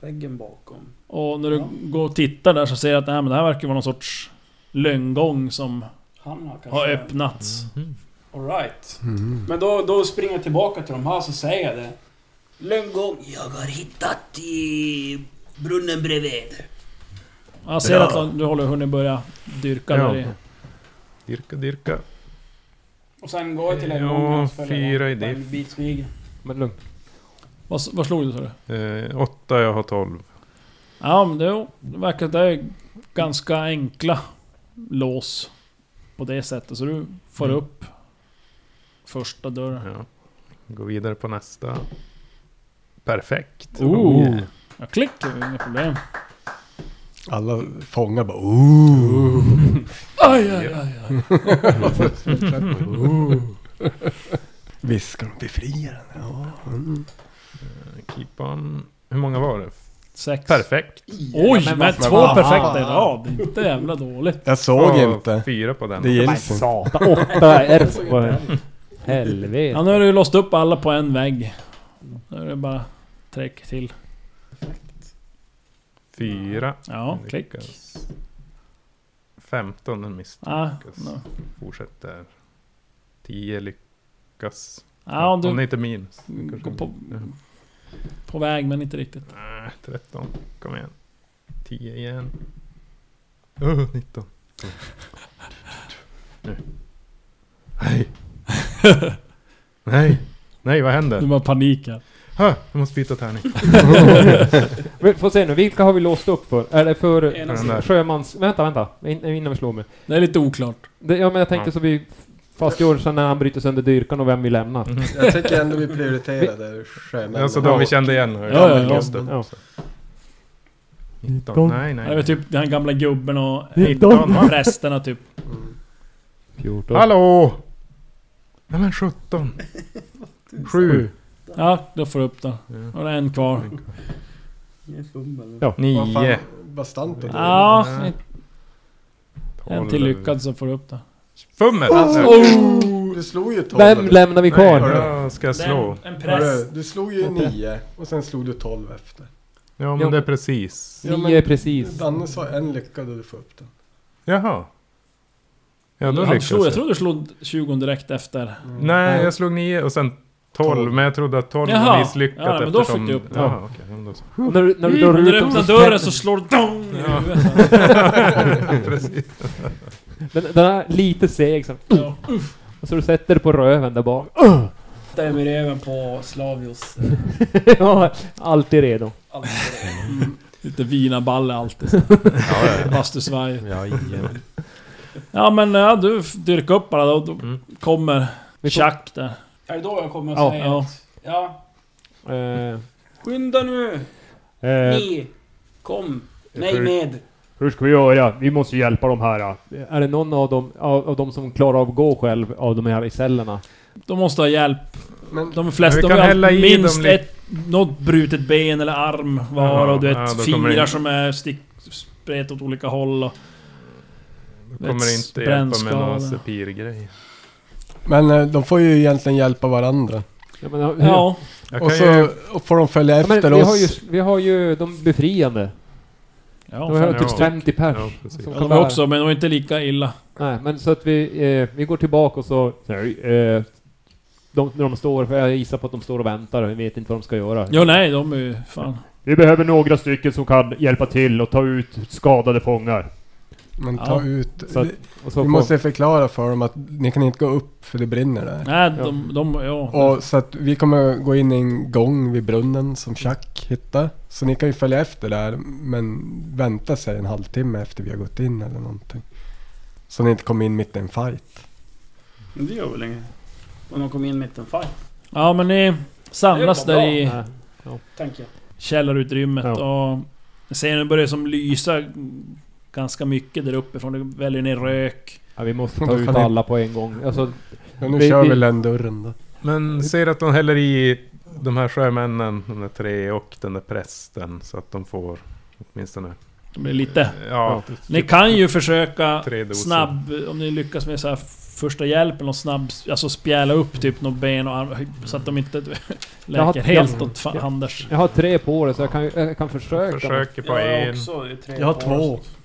Speaker 3: Väggen bakom.
Speaker 2: Och när du
Speaker 3: Ja.
Speaker 2: går och tittar där så ser du att nej, men det här verkar vara någon sorts lönngång som
Speaker 3: Han har kanske...
Speaker 2: har öppnats.
Speaker 3: Alright.
Speaker 5: Mm.
Speaker 3: Men då, då springer jag tillbaka till de här så säger jag det. Lönngång. Jag har hittat i brunnen bredvid.
Speaker 2: Jag ser att du håller hunnit börja dyrka
Speaker 6: Ja.
Speaker 2: där i.
Speaker 6: Dyrka, dyrka.
Speaker 3: Och sen går jag till en
Speaker 6: Ja,
Speaker 3: gång och följer
Speaker 6: fyra
Speaker 3: den.
Speaker 6: i diff.
Speaker 3: En bit smyg.
Speaker 4: Men lugn.
Speaker 2: Vad, vad slog du sa du?
Speaker 6: Eh, åtta, jag har tolv.
Speaker 2: Ja, men det, jo, det verkar att det är ganska enkla lås på det sättet. Så du får
Speaker 6: Mm.
Speaker 2: upp första dörren.
Speaker 6: Ja. Gå vidare på nästa. Perfekt.
Speaker 2: Ooh. Ja, klick, det är inga problem.
Speaker 5: Alla fångar bara ooh.
Speaker 2: Aj, aj, aj, aj.
Speaker 5: Viskar de. Befria den. Ja. Mm.
Speaker 6: Keep on. Hur många var det?
Speaker 2: Sex.
Speaker 6: Perfekt.
Speaker 2: Oj, men,
Speaker 4: men vad-
Speaker 2: två
Speaker 4: vad-
Speaker 2: perfekta i rad. Inte jävla dåligt.
Speaker 5: Jag såg
Speaker 6: Och
Speaker 5: inte.
Speaker 6: Fyra på den.
Speaker 5: Det gills inte.
Speaker 4: Satan, åtta är vad är det? Helvete.
Speaker 2: Ja, nu har du låst upp alla på en vägg. Nu är det bara tre till.
Speaker 6: Fyra.
Speaker 2: Ja, klick.
Speaker 6: Lyckas. 15 den
Speaker 2: Ja,
Speaker 6: misslyckas.
Speaker 2: no.
Speaker 6: Fortsätter. 10 lyckas.
Speaker 2: ja, om
Speaker 6: Om det
Speaker 2: du
Speaker 6: inte är minus.
Speaker 2: går på, på väg men inte riktigt.
Speaker 6: Nej, 13. Kom igen. 10 igen. Oh, 19. Kom igen. Nu. Nej. Nej. Nej, vad
Speaker 2: Du
Speaker 6: händer?
Speaker 2: bara panikar.
Speaker 6: Hö, jag måste byta tärning.
Speaker 4: Men Få se nu, vilka har vi låst upp för? Är det för
Speaker 3: Ena
Speaker 6: den där.
Speaker 4: sjömans... Vänta, vänta. In- Innan vi slår mig.
Speaker 2: Det är lite oklart.
Speaker 4: Det, ja, men jag tänkte så vi fastgör sen när han bryter sönder dyrkan och vem vi lämnar.
Speaker 5: Jag tycker ändå vi prioriterade sjömännen.
Speaker 6: Alltså de vi kände igen. Ja,
Speaker 2: ja, ja.
Speaker 6: Just det.
Speaker 4: Ja.
Speaker 6: 19. Nej,
Speaker 2: Det är väl
Speaker 6: nej.
Speaker 2: typ den här gamla gubben och
Speaker 6: 19.
Speaker 2: prästerna typ.
Speaker 5: Mm.
Speaker 4: 14.
Speaker 6: Hallå! Nej men 17. 7.
Speaker 2: Ja, då får du upp den.
Speaker 6: Ja.
Speaker 2: Då är det en kvar.
Speaker 3: Ja.
Speaker 5: Vad fan,
Speaker 6: 9.
Speaker 5: bastant på det.
Speaker 2: Ja,
Speaker 6: Ja.
Speaker 2: en- en till lyckad så får du upp den.
Speaker 6: Fummel!
Speaker 5: Du slog ju 12.
Speaker 4: Oh. Vem lämnar vi kvar?
Speaker 6: Alltså, Nej, jag ska slå.
Speaker 2: En
Speaker 5: Hörru, Du slog ju 9 och sen slog du 12 efter.
Speaker 6: Ja
Speaker 4: Ja.
Speaker 6: men det är precis.
Speaker 5: Ja, men-
Speaker 4: Nio precis.
Speaker 5: Danne sa en lyckad och du får upp den.
Speaker 6: Jaha. Ja då
Speaker 2: Han
Speaker 6: lyckas
Speaker 2: slog, jag
Speaker 6: jag.
Speaker 2: tror du slog 20 direkt efter.
Speaker 6: Nej jag slog 9 och sen 12. Men jag trodde att 12 var
Speaker 2: Jaha.
Speaker 6: misslyckat
Speaker 2: Ja, men då
Speaker 6: eftersom...
Speaker 2: fick du upp det.
Speaker 6: Jaha, okej. Ja, men då så.
Speaker 4: Och när, du- när du drar
Speaker 2: Mm, När
Speaker 4: ut
Speaker 2: du
Speaker 4: dem
Speaker 2: öppnar
Speaker 4: så
Speaker 2: dörren så slår det dong i
Speaker 6: Ja.
Speaker 2: huvudet.
Speaker 6: precis.
Speaker 4: Den, den är lite seg så.
Speaker 2: Ja.
Speaker 4: Och så du sätter på röven där bak.
Speaker 3: Där är vi röven på Slavios. eh,
Speaker 4: Ja, Alltid redo.
Speaker 3: allt.
Speaker 2: Lite wienerballe alltid. Bastusvaj.
Speaker 7: Ja, igen.
Speaker 2: Ja men ja, du f- dyrkar upp alla då. Då
Speaker 6: Mm.
Speaker 2: kommer
Speaker 4: Vi får-
Speaker 2: Chuck där.
Speaker 3: Är det då jag kommer
Speaker 4: Ja,
Speaker 3: att säga
Speaker 2: ja.
Speaker 3: att... Ja,
Speaker 4: Eh,
Speaker 3: skynda nu!
Speaker 4: eh,
Speaker 3: Ni! Kom!
Speaker 6: tror-
Speaker 3: Mig med!
Speaker 4: hur ska vi göra? Vi måste hjälpa de här. Är det någon av dem, av, av dem som klarar av att gå själv, av de här i cellerna?
Speaker 2: De måste ha hjälp.
Speaker 5: Men
Speaker 2: De flesta
Speaker 6: Men vi
Speaker 2: de
Speaker 6: kan
Speaker 2: har
Speaker 6: hälla i
Speaker 2: minst
Speaker 6: dem lite.
Speaker 2: ett, något brutet ben eller arm var
Speaker 6: Ja,
Speaker 2: och du vet
Speaker 6: ja, då kommer det
Speaker 2: fingrar
Speaker 6: in.
Speaker 2: som är stick, spret åt olika håll och...
Speaker 6: Då kommer det inte hjälpa med någon sepirgrej.
Speaker 5: Men eh, de får ju egentligen hjälpa varandra.
Speaker 4: Jag menar, hur-
Speaker 2: Ja,
Speaker 6: Jag kan
Speaker 5: Och så
Speaker 6: ju...
Speaker 5: och får de följa
Speaker 4: Ja, men
Speaker 5: efter
Speaker 4: vi, har
Speaker 5: oss.
Speaker 4: ju, vi har ju de befriande.
Speaker 2: ja
Speaker 4: De har ju
Speaker 6: fan,
Speaker 4: typ
Speaker 6: ja.
Speaker 4: 50 pers.
Speaker 6: Ja, precis.
Speaker 4: som
Speaker 2: Ja, de
Speaker 4: kan
Speaker 2: är
Speaker 4: bära.
Speaker 2: också, men de är inte lika illa.
Speaker 4: Nej, men så att vi, eh, vi går tillbaka och så... Nej, eh, de, när de står, för jag gissar på att de står och väntar, vi vet inte vad de ska göra.
Speaker 2: Ja, nej, de är ju fan...
Speaker 4: Vi behöver några stycken som kan hjälpa till och ta ut skadade fångar.
Speaker 5: Men ta
Speaker 2: Ja.
Speaker 5: ut...
Speaker 4: Så att, och så får-
Speaker 5: vi måste förklara för dem att ni kan inte gå upp för det brinner där.
Speaker 2: Nej, de... de ja.
Speaker 5: Och så att vi kommer gå in i en gång vid brunnen som Chuck hittade. Så ni kan ju följa efter där men vänta sig en halvtimme efter vi har gått in eller någonting. Så ni inte kom in mitt i en fight.
Speaker 3: Men det gör väl inget. Om de kom in mitt i en fight,
Speaker 2: Ja men ni samlas
Speaker 3: Det är
Speaker 2: där
Speaker 3: bara
Speaker 2: i
Speaker 4: Nej.
Speaker 3: tänker jag.
Speaker 2: källarutrymmet och scenen börjar som lysa ganska mycket där uppifrån. Det väljer ner rök.
Speaker 4: Ja, vi måste
Speaker 5: Då
Speaker 4: ta
Speaker 5: kan
Speaker 4: ut
Speaker 5: ni-
Speaker 4: alla på en gång. Alltså,
Speaker 5: Ja, nu
Speaker 4: Vi-
Speaker 5: kör
Speaker 4: vi-
Speaker 5: vi lönndörren då.
Speaker 6: Men ser att de häller i de här sjömännen, de där tre och den där prästen. Så att de får åtminstone...
Speaker 2: Det blir lite...
Speaker 6: Ja,
Speaker 2: Ni kan ju försöka
Speaker 6: Tre doser.
Speaker 2: snabb... Om ni lyckas med så här första hjälpen och snabb... Alltså spjäla upp typ något ben och arm, så att de inte läker
Speaker 4: har-
Speaker 2: helt
Speaker 4: jag-
Speaker 2: åt fa-
Speaker 4: jag-
Speaker 2: Anders.
Speaker 4: jag har tre på det så jag kan, jag kan försöka.
Speaker 6: försöker på
Speaker 3: Jag har
Speaker 6: en.
Speaker 3: också det är tre
Speaker 5: Jag har
Speaker 3: på
Speaker 5: två.
Speaker 3: oss.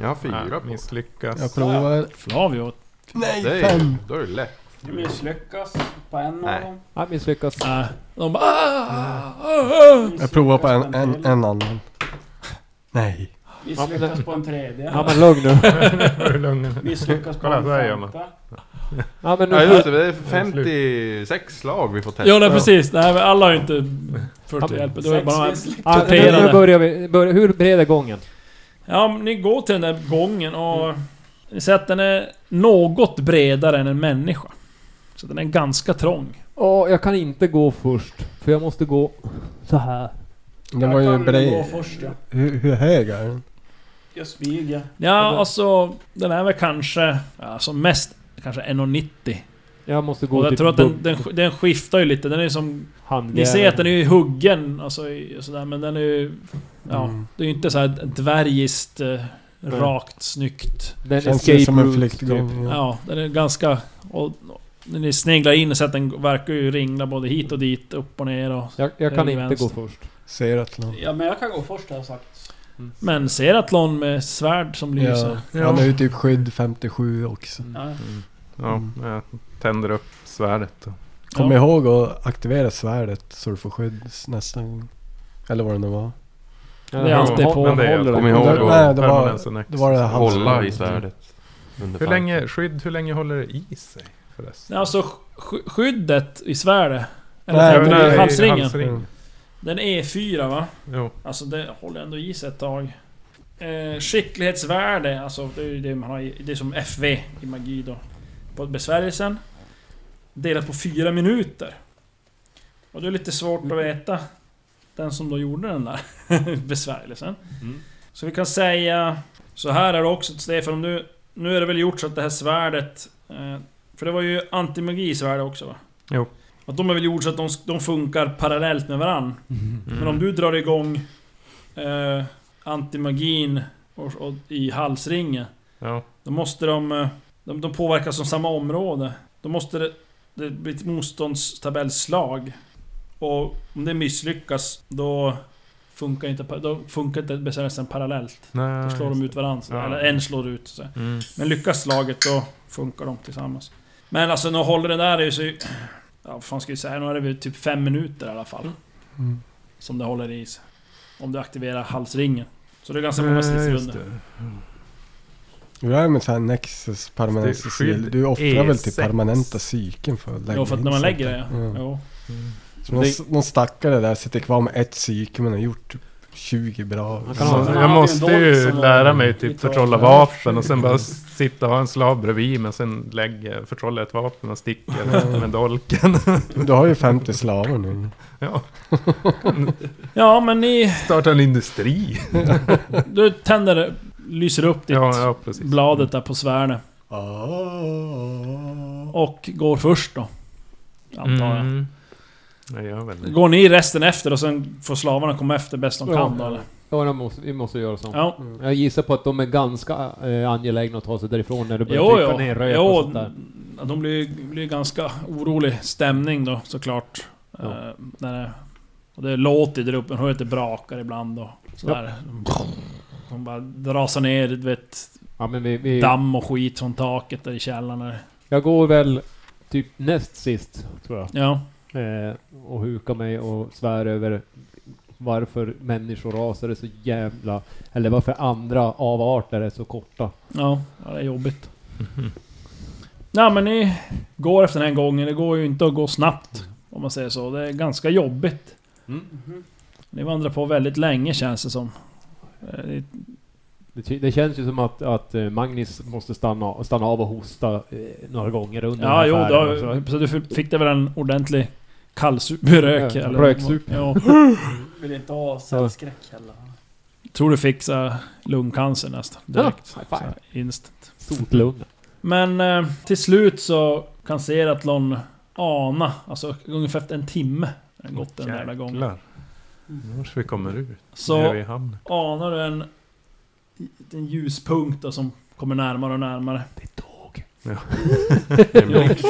Speaker 7: Jag har fyra
Speaker 6: Ja,
Speaker 7: på.
Speaker 5: Jag
Speaker 6: misslyckas.
Speaker 5: provar.
Speaker 2: Flavio?
Speaker 5: Nej,
Speaker 7: Det
Speaker 5: fem!
Speaker 7: är, då är det lätt.
Speaker 3: Jag misslyckas på en av
Speaker 7: Nej.
Speaker 3: dem.
Speaker 4: Nej, misslyckas.
Speaker 2: Nej. äh. de bara... "Ah, ah, ah."
Speaker 5: Jag provar på en,
Speaker 3: Misslyckas
Speaker 5: en,
Speaker 3: till.
Speaker 5: en annan. Nej.
Speaker 3: Misslyckas på en tredje.
Speaker 4: Ja men lugn nu.
Speaker 3: Misslyckas på
Speaker 6: Kolla,
Speaker 3: en
Speaker 6: så här gör man.
Speaker 3: femte.
Speaker 4: Ja men nu...
Speaker 7: Ja just det, det är 56 slag vi får testa.
Speaker 2: Ja nej, precis. Nej, men alla har ju inte första hjälpen. Det var ju
Speaker 3: Sex
Speaker 2: bara...
Speaker 3: misslyckas.
Speaker 4: Ja, nu, nu
Speaker 2: torterade.
Speaker 4: börjar vi. Börjar, hur bred är gången?
Speaker 2: Ja, men ni går till den där gången och... Ni ser att den är något bredare än en människa. Så den är ganska trång.
Speaker 4: Åh, jag kan inte gå först. För jag måste gå så här.
Speaker 5: Den var ju
Speaker 3: Jag kan gå
Speaker 5: bred.
Speaker 3: först ja.
Speaker 5: Hur, hur hög är den?
Speaker 3: Jag smyger.
Speaker 2: Ja, alltså... Den är väl kanske... Ja, som mest kanske 1,90.
Speaker 4: Jag måste gå
Speaker 2: Och jag
Speaker 4: typ
Speaker 2: tror att den, den, den skiftar ju lite. Den är ju som...
Speaker 4: handgräven.
Speaker 2: Ni ser att den är ju huggen, alltså i- sådär, men den är ju... Ja,
Speaker 5: Mm.
Speaker 2: det är ju inte så här dvärgiskt, eh, rakt, snyggt.
Speaker 4: Den
Speaker 5: Känns
Speaker 4: escape
Speaker 5: ju som en
Speaker 4: route,
Speaker 5: flyktgång.
Speaker 4: typ.
Speaker 5: ja.
Speaker 2: Ja, den är ganska... Och, när ni sneglar in så att den verkar ju ringla både hit och dit, upp och ner och...
Speaker 4: Jag, jag kan
Speaker 2: Höger,
Speaker 4: inte gå först.
Speaker 5: Ser att någon...
Speaker 3: Ja men jag kan gå först har jag sagt.
Speaker 2: Men ser att någon med svärd som lyser.
Speaker 5: Ja. Han är ju typ skydd 57 också.
Speaker 3: Ja.
Speaker 6: Ja, jag tänder upp svärdet. och-
Speaker 5: Kom
Speaker 2: Ja.
Speaker 5: ihåg att aktivera svärdet så du får skydd nästa gång. Eller vad det nu var.
Speaker 4: Det
Speaker 2: är alltid på-
Speaker 6: Men det är-
Speaker 4: håller
Speaker 7: Kom
Speaker 4: det.
Speaker 7: ihåg
Speaker 5: Det- nej,
Speaker 6: att
Speaker 5: det var-
Speaker 6: permanence and
Speaker 5: Det var det
Speaker 7: att
Speaker 5: han
Speaker 7: hålla i svärdet. under
Speaker 6: Hur
Speaker 7: fighten.
Speaker 6: länge, skydd, hur länge håller det i sig förresten?
Speaker 2: Nej, Alltså sk- skyddet i svärdet.
Speaker 5: Nej,
Speaker 2: Eller
Speaker 5: men
Speaker 2: nej,
Speaker 5: det är-
Speaker 2: halsringen.
Speaker 5: Mm.
Speaker 2: Den är E4 va?
Speaker 6: Jo.
Speaker 2: Alltså det håller ändå i sig ett tag. Eh, skicklighetsvärde, alltså det är ju det man har i, Det är som FV i magi då. På besvärjelsen. Delat på fyra minuter. Och det är lite svårt att veta. Den som då gjorde den där besvärjelsen.
Speaker 6: Mm.
Speaker 2: Så vi kan säga... Så här är det också Stefan, om du... Nu är det väl gjort så att det här svärdet... Eh, för det var ju antimagisvärde också va?
Speaker 6: Jo.
Speaker 2: Att de är väl gjort så att de, de funkar parallellt med varann. Men
Speaker 6: Mm.
Speaker 2: om du drar igång eh, antimagin och, och, i halsringen,
Speaker 6: Ja.
Speaker 2: då måste de, eh, de... De påverkas som samma område. Då måste det, det bli ett motståndstabellslag. Och om det misslyckas, då funkar inte, pa- då funkar inte besvärjelsen parallellt.
Speaker 6: Nej.
Speaker 2: Då slår de ut varandra.
Speaker 6: Ja.
Speaker 2: Eller en slår ut. Så.
Speaker 6: Mm.
Speaker 2: Men lyckas slaget, då funkar de tillsammans. Men alltså, nu håller den där är ju så... Ja, vad fan ska jag säga? Nu är det väl typ fem minuter i alla fall.
Speaker 5: Mm.
Speaker 2: Som det håller i sig. Om du aktiverar halsringen. Så det är ganska många
Speaker 6: Nej, just
Speaker 2: stridsrundor.
Speaker 6: det.
Speaker 5: Hur är det med så här Nexus
Speaker 6: Det är
Speaker 5: permanenta
Speaker 6: skydd
Speaker 5: sil? Du offrar väl
Speaker 6: E6.
Speaker 5: typ permanenta psyken för att lägga
Speaker 2: Jo, E för att
Speaker 5: in
Speaker 2: när man
Speaker 5: sånt
Speaker 2: lägger
Speaker 5: där.
Speaker 2: det
Speaker 5: Ja.
Speaker 2: ja. Jo.
Speaker 5: Så någon, någon stackare där sitter kvar med ett psyke men har gjort typ 20 bra.
Speaker 4: Man kan
Speaker 6: Så
Speaker 4: ha-
Speaker 3: han
Speaker 6: Jag
Speaker 3: hade
Speaker 6: måste
Speaker 3: ju en dolk
Speaker 6: ju
Speaker 3: som var-
Speaker 6: lära mig typ
Speaker 3: lite
Speaker 6: förtrolla vapen och sen bara sitta och ha en slav bredvid mig. Sen lägger, förtrolla ett vapen och sticker med dolken.
Speaker 5: Du har ju 50 slavar nu.
Speaker 6: Ja,
Speaker 2: Ja, men ni...
Speaker 6: starta en industri.
Speaker 2: Du tänder... Lyser upp ditt
Speaker 6: Ja, ja precis.
Speaker 2: bladet där på svärdet. Och går först då. Antar jag.
Speaker 6: Mm. Jag gör väl det.
Speaker 2: Går ni resten efter och sen får slavarna komma efter bäst de
Speaker 4: Ja.
Speaker 2: kan då eller?
Speaker 4: Ja, de måste, vi måste göra sånt.
Speaker 2: Ja.
Speaker 4: Jag gissar på att de är ganska eh, angelägna att ta sig därifrån när du börjar
Speaker 2: Jo,
Speaker 4: trycka
Speaker 2: jo.
Speaker 4: ner rök och
Speaker 2: jo
Speaker 4: sånt där.
Speaker 2: de blir ju blir ganska orolig stämning då såklart.
Speaker 4: Ja.
Speaker 2: Eh, när det, och det låter ju där uppe, man hör att det brakar ibland och sådär. De bara rasar ner, du vet,
Speaker 4: Ja, men vi, vi,
Speaker 2: damm och skit från taket där i källaren.
Speaker 4: jag går väl typ näst sist, tror jag.
Speaker 2: Ja.
Speaker 4: Eh, och hukar mig och svär över varför människoraser är så jävla... Eller varför andra avarter är så korta.
Speaker 2: Ja, ja, det är jobbigt.
Speaker 4: Mhm.
Speaker 2: Nej men ni går efter den här gången, det går ju inte att gå snabbt. Om man säger så. Det är ganska jobbigt.
Speaker 4: Mm.
Speaker 2: Ni vandrar på väldigt länge känns det som. Eh, Ni
Speaker 4: Det, ty- det känns ju som att, att eh, Magnus måste stanna, stanna av och hosta eh, några gånger under den
Speaker 2: Ja,
Speaker 4: här
Speaker 2: jo,
Speaker 4: färden alltså.
Speaker 2: då,
Speaker 4: och så.
Speaker 2: så du fick det väl en ordentlig kallsup, rök
Speaker 4: Ja,
Speaker 2: eller?
Speaker 4: röksup.
Speaker 2: Ja.
Speaker 3: Vill inte ha sällskräck heller.
Speaker 2: Tror du fick så här lungcancer nästan direkt.
Speaker 4: Ja,
Speaker 2: så
Speaker 4: fan.
Speaker 2: här, instant.
Speaker 4: Sotlunga.
Speaker 2: Men eh, till slut så kan se att någon ana, alltså ungefär efter en timme, har den gått den jävla gången.
Speaker 6: Jäklar. Nu kanske vi kommer ut. Nu är vi
Speaker 2: Så
Speaker 6: i hamn.
Speaker 2: anar du en, en ljuspunkt då, som kommer närmare och närmare.
Speaker 7: Det är en blixt.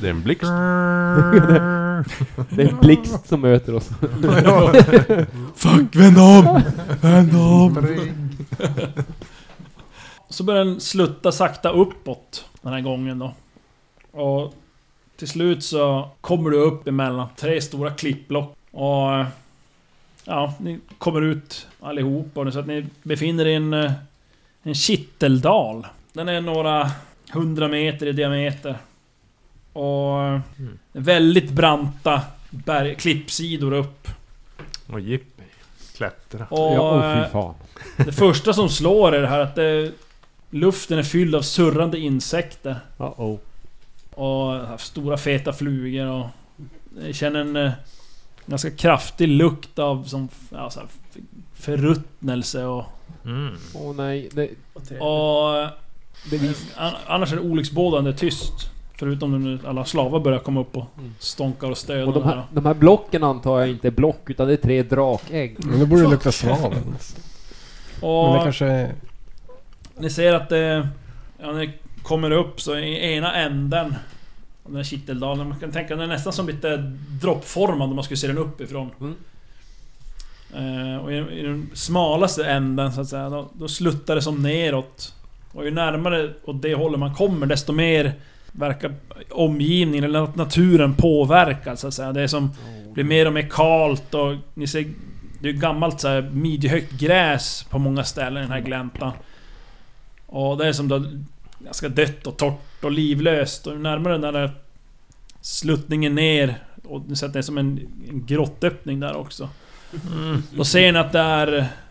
Speaker 7: Det är en blixt.
Speaker 4: Det är en blixt som möter oss.
Speaker 2: Fuck, vänd om! Vänd om! Så börjar den slutta sakta uppåt den här gången då. Och till slut så kommer du upp emellan tre stora klippblock. Och... eh, Ja, ni kommer ut allihopa och så att ni befinner er i en, eh, en kitteldal. Den är några hundra meter i diameter. Och... eh, Väldigt branta berg, klippsidor upp.
Speaker 6: Och jippi. Klättra.
Speaker 2: Och
Speaker 4: ja, oh,
Speaker 2: eh,
Speaker 4: fy fan.
Speaker 2: det första som slår är det här att det, luften är fylld av surrande insekter.
Speaker 4: Uh -oh.
Speaker 2: Och här stora feta flugor och... Jag känner en eh, ganska kraftig lukt av som... Ja, så här, förruttnelse och...
Speaker 6: Mm.
Speaker 4: Åh nej, det,
Speaker 2: och eh,
Speaker 4: det vis,
Speaker 2: an, annars är det olycksbådande tyst. Förutom när alla slavar börjar komma upp och stånkar och stönar.
Speaker 4: och de
Speaker 2: där.
Speaker 4: här, de här blocken antar jag inte är block utan det är tre drakägg.
Speaker 5: Men då borde det lukta svavel. Men
Speaker 2: och
Speaker 5: det kanske är...
Speaker 2: Ni ser att det... Ja, när ni kommer upp så i ena änden av den här kitteldalen, man kan tänka den är nästan som lite droppformad om man skulle se den uppifrån.
Speaker 4: Mm.
Speaker 2: Eh, och i, i den smalaste änden så att säga, då, då sluttar det som neråt. Och ju närmare åt det hållet man kommer desto mer verkar omgivningen eller naturen påverkad så att säga. Det är som blir mer och mer kalt och ni ser... Det är gammalt så här midjehögt gräs på många ställen i den här gläntan. Och det är som då ganska dött och torrt och livlöst. Och ju närmare den där sluttningen ner och ni ser att det är som en, en grottöppning där också. Då ser ni att det är...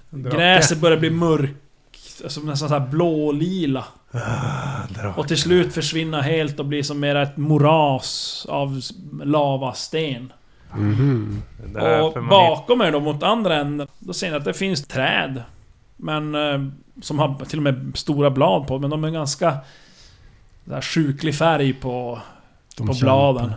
Speaker 6: Drake.
Speaker 2: Gräset börjar bli mörkt. Alltså nästan så här blålila.
Speaker 6: Ah, drake.
Speaker 2: Och till slut försvinna helt och bli som mer ett moras av s- lavasten.
Speaker 5: Mhm.
Speaker 6: Det är därför
Speaker 2: och
Speaker 6: man
Speaker 2: bakom er då, mot andra änden, då ser ni att det finns träd. Men... eh, Som har till och med stora blad på, men de är ganska... så här sjuklig färg på,
Speaker 5: De
Speaker 2: på
Speaker 5: kämpar.
Speaker 2: bladen.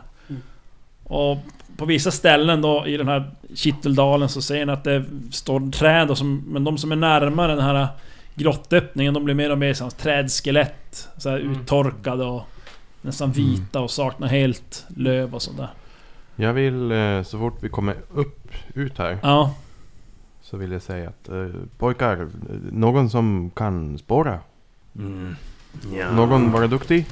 Speaker 2: Och på vissa ställen då i den här kitteldalen så ser ni att det står träd och som... Men de som är närmare den här grottöppningen, de blir mer och mer som trädskelett. Så
Speaker 6: Mm.
Speaker 2: här uttorkade och nästan vita och saknar helt löv och sådär.
Speaker 7: Jag vill eh, så fort vi kommer upp ut här
Speaker 2: Ja,
Speaker 7: så vill jag säga att eh, pojkar, eh, någon som kan spåra?
Speaker 6: Mm. Ja.
Speaker 7: Någon vara duktig?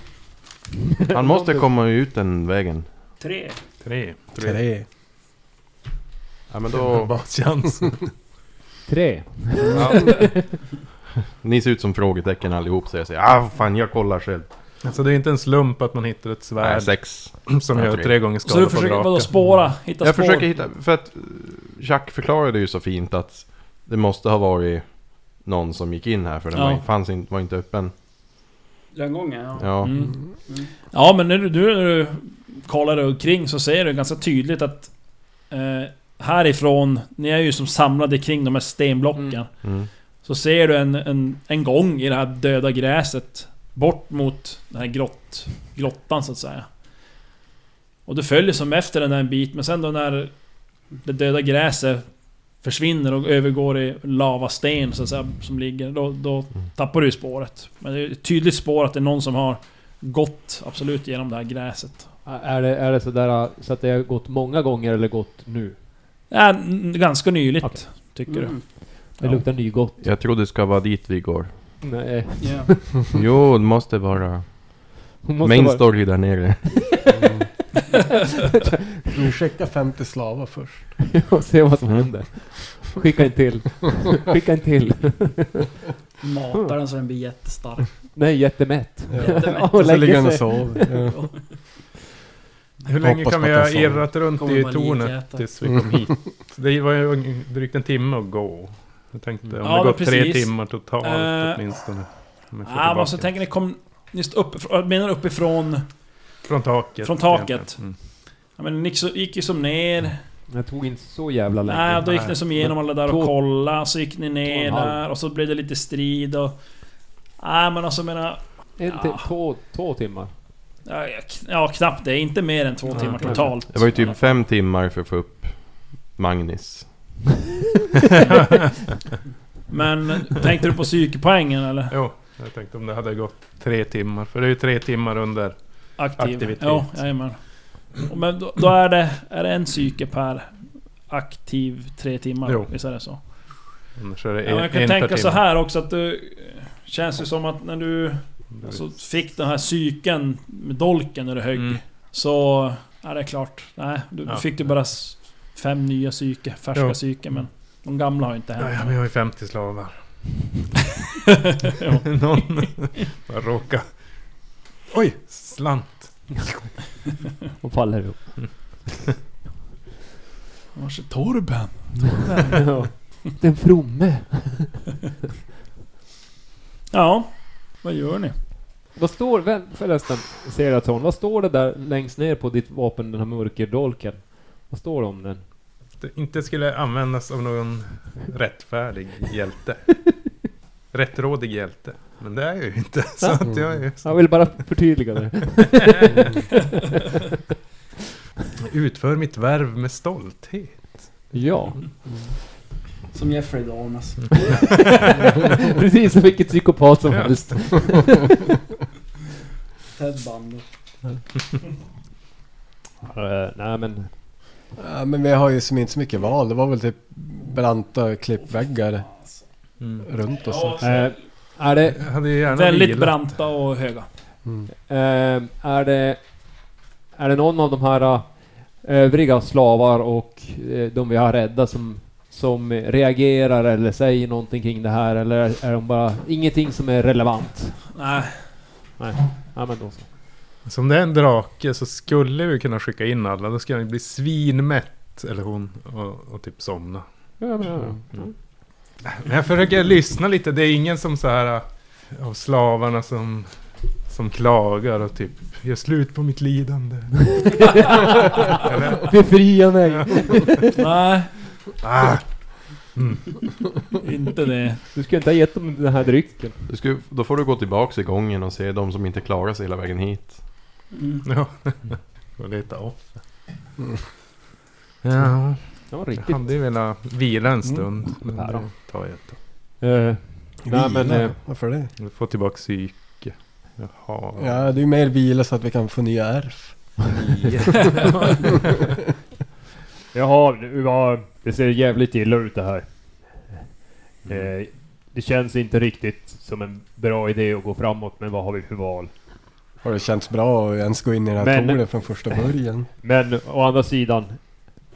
Speaker 7: Han måste komma ut den vägen.
Speaker 3: Tre.
Speaker 6: Tre.
Speaker 5: Tre.
Speaker 7: Ja men då...
Speaker 6: Baschans.
Speaker 4: Tre.
Speaker 7: Ni ser ut som frågetecken allihop så jag säger ah fan jag kollar själv.
Speaker 6: alltså det är inte en slump att man hittar ett
Speaker 7: Nej,
Speaker 6: svärd
Speaker 7: sex.
Speaker 6: som
Speaker 7: Ja,
Speaker 6: gör
Speaker 7: tre.
Speaker 6: tre gånger
Speaker 2: så du
Speaker 6: skada på
Speaker 2: försöker vadå,
Speaker 6: draken.
Speaker 2: spåra? Hitta
Speaker 7: Jag
Speaker 2: spår?
Speaker 7: försöker hitta, för att eh, Jack förklarade ju så fint att det måste ha varit någon som gick in här för den
Speaker 2: Ja.
Speaker 7: var, fanns inte, var inte öppen.
Speaker 3: Lönngången, ja.
Speaker 7: Ja.
Speaker 2: Mm. Ja men nu, nu när du kollar omkring så ser du ganska tydligt att eh, Härifrån, ni är ju som samlade kring de här stenblocken
Speaker 4: Mm.
Speaker 7: Mm.
Speaker 2: Så ser du en, en, en gång i det här döda gräset Bort mot den här grott, grottan så att säga Och du följer som efter den där en bit men sen då när Det döda gräset Försvinner och övergår i lavasten så att säga som ligger då, då tappar du ju spåret Men det är ett tydligt spår att det är någon som har Gått absolut genom det här gräset
Speaker 4: Är det, är det sådär så att det har gått många gånger eller gått nu?
Speaker 2: Ja, n- ganska nyligt
Speaker 4: Okej.
Speaker 2: Tycker du?
Speaker 3: Mm.
Speaker 4: Det
Speaker 2: Ja.
Speaker 4: luktar nygott.
Speaker 7: Jag tror det ska vara dit vi går.
Speaker 4: Nej.
Speaker 3: Ja.
Speaker 7: Jo, det måste vara.
Speaker 4: Hon måste
Speaker 7: Main
Speaker 4: vara-
Speaker 7: story där nere.
Speaker 5: Vi skickar 50 slavar först.
Speaker 4: och se vad som händer. Skicka en till. Skicka en till.
Speaker 3: Matar den så den blir jättestark.
Speaker 4: Nej, jättemätt.
Speaker 3: Jättemätt.
Speaker 4: Och
Speaker 5: Och så
Speaker 4: lägger
Speaker 5: ligger han och
Speaker 4: sig.
Speaker 5: sover. Ja.
Speaker 6: Hur länge
Speaker 5: Hoppas
Speaker 6: kan
Speaker 5: på
Speaker 6: vi
Speaker 5: att
Speaker 6: ha
Speaker 5: den sover.
Speaker 6: irrat runt
Speaker 3: Kommer
Speaker 6: i
Speaker 3: vara
Speaker 6: tornet
Speaker 3: likätare.
Speaker 6: tills vi kom hit? Det var ju drygt en timme att gå. Jag tänkte om
Speaker 2: Ja,
Speaker 6: det
Speaker 2: men
Speaker 6: gått tre
Speaker 2: precis.
Speaker 6: timmar totalt
Speaker 2: Eh,
Speaker 6: åtminstone. Om jag får
Speaker 2: Ja, Ah, men så
Speaker 6: tillbaka.
Speaker 2: tänker ni kom... Just uppifrån, menar uppifrån...
Speaker 6: Från taket.
Speaker 2: Från taket.
Speaker 6: egentligen. Mm.
Speaker 2: Ja, men ni så- gick ju som ner.
Speaker 4: Jag tog inte så jävla länge.
Speaker 2: Nej, då gick
Speaker 6: nej.
Speaker 2: ni som igenom alla där
Speaker 4: Två-
Speaker 2: och kollade. Så gick ni ner
Speaker 4: två och en halv.
Speaker 2: där och så blev det lite strid och... Nej, men alltså menar...
Speaker 4: En till,
Speaker 2: Ja.
Speaker 4: typ två, två timmar.
Speaker 2: Ja, jag- ja, knappt det. Inte mer än två
Speaker 4: Nej,
Speaker 2: timmar
Speaker 4: okej.
Speaker 2: totalt.
Speaker 7: Det var ju typ fem timmar för att få upp Magnus.
Speaker 2: Men tänkte du på psykpoängen eller?
Speaker 6: Jo, jag tänkte om det hade gått tre timmar. För det är ju tre timmar under.
Speaker 2: Aktiv.
Speaker 6: Aktivitet.
Speaker 2: Ja, jajamän. Och Men då, då är det, är det en psyke per aktiv tre timmar.
Speaker 6: Jo.
Speaker 2: Visst är det så?
Speaker 6: Annars är det
Speaker 2: Ja, men
Speaker 6: en,
Speaker 2: jag kan
Speaker 6: en per
Speaker 2: tänka så
Speaker 6: timme.
Speaker 2: här också att du... Känns ju som att när du
Speaker 6: Det är-
Speaker 2: alltså, fick den här psyken med dolken när du högg.
Speaker 6: Mm.
Speaker 2: Så... Ja, det är klart. Nej, du
Speaker 6: Ja.
Speaker 2: fick du bara s- fem nya psyke. Färska
Speaker 6: Jo.
Speaker 2: psyken. Men de gamla har ju inte
Speaker 6: Ja,
Speaker 2: hänt.
Speaker 6: ja, men jag har ju 50 slavar.
Speaker 2: Jo.
Speaker 6: Någon bara råkar... Oj! Slant.
Speaker 4: Och faller ihop.
Speaker 2: Vars är Torben?
Speaker 4: Ja. Den fromme.
Speaker 2: Ja. Vad gör ni?
Speaker 4: Vad står, vä- förresten, Seraton, vad står det där längst ner på ditt vapen, den här mörkerdolken? Vad står det om den?
Speaker 6: Det inte skulle användas av någon rättfärdig hjälte. Rättrådig hjälte. Men det är jag ju inte. Så att jag är
Speaker 2: Mm.
Speaker 6: ju
Speaker 4: Jag vill bara förtydliga det.
Speaker 6: Utför mitt värv med stolthet.
Speaker 4: Ja,
Speaker 3: Som Jeffrey Dahmer.
Speaker 6: Mm.
Speaker 4: precis som vilket psykopat som helst.
Speaker 3: Ted Bundy.
Speaker 4: Eh, nej men,
Speaker 5: Ja, men vi har ju som inte så mycket val. Det var väl typ branta klippväggar Mm. runt oss.
Speaker 4: eh, är det
Speaker 6: Jag hade ju gärna
Speaker 2: Väldigt
Speaker 6: vilat.
Speaker 2: branta och höga.
Speaker 5: Mm.
Speaker 4: Ehm, är det... Är det någon av de här eh, övriga slavar och eh, de vi har räddat som, som reagerar eller säger någonting kring det här eller är de bara ingenting som är relevant?
Speaker 2: Nej.
Speaker 4: Ja men då så.
Speaker 6: Så om det är en drake så skulle vi kunna skicka in alla. Då skulle han ju bli svinmätt. Eller hon. Och, och typ somna.
Speaker 4: Ja, men, ja, ja.
Speaker 6: Men jag försöker lyssna lite. Det är ingen som så här äh, av slavarna som, som klagar och typ gör slut på mitt lidande. Eller?
Speaker 4: Befria mig!
Speaker 2: Nej,
Speaker 6: Ah,
Speaker 2: inte det.
Speaker 4: Du skulle inte ha gett dem den här drycken.
Speaker 7: Du ska, då får du gå tillbaks i gången och se de som inte klarar sig hela vägen hit.
Speaker 6: ja. Och leta offer. Ja,
Speaker 4: Det var
Speaker 6: jag
Speaker 4: riktigt.
Speaker 6: hade ju velat vila en stund. Men
Speaker 4: Ja då.
Speaker 6: det tar jag inte.
Speaker 4: Eh, nej men...
Speaker 5: Vila.
Speaker 4: eh,
Speaker 5: Varför det?
Speaker 6: Vi får tillbaka psyke. Jaha.
Speaker 5: Ja, det är ju mer vila så att vi kan få nya ärf.
Speaker 8: Jaha, det, var, det ser jävligt illa ut det här.
Speaker 4: Mm.
Speaker 8: Eh, det känns inte riktigt som en bra idé att gå framåt, men vad har vi för val?
Speaker 5: Har det känts bra att ens gå in i den här
Speaker 8: Men-
Speaker 5: touren från första början?
Speaker 8: Men å andra sidan,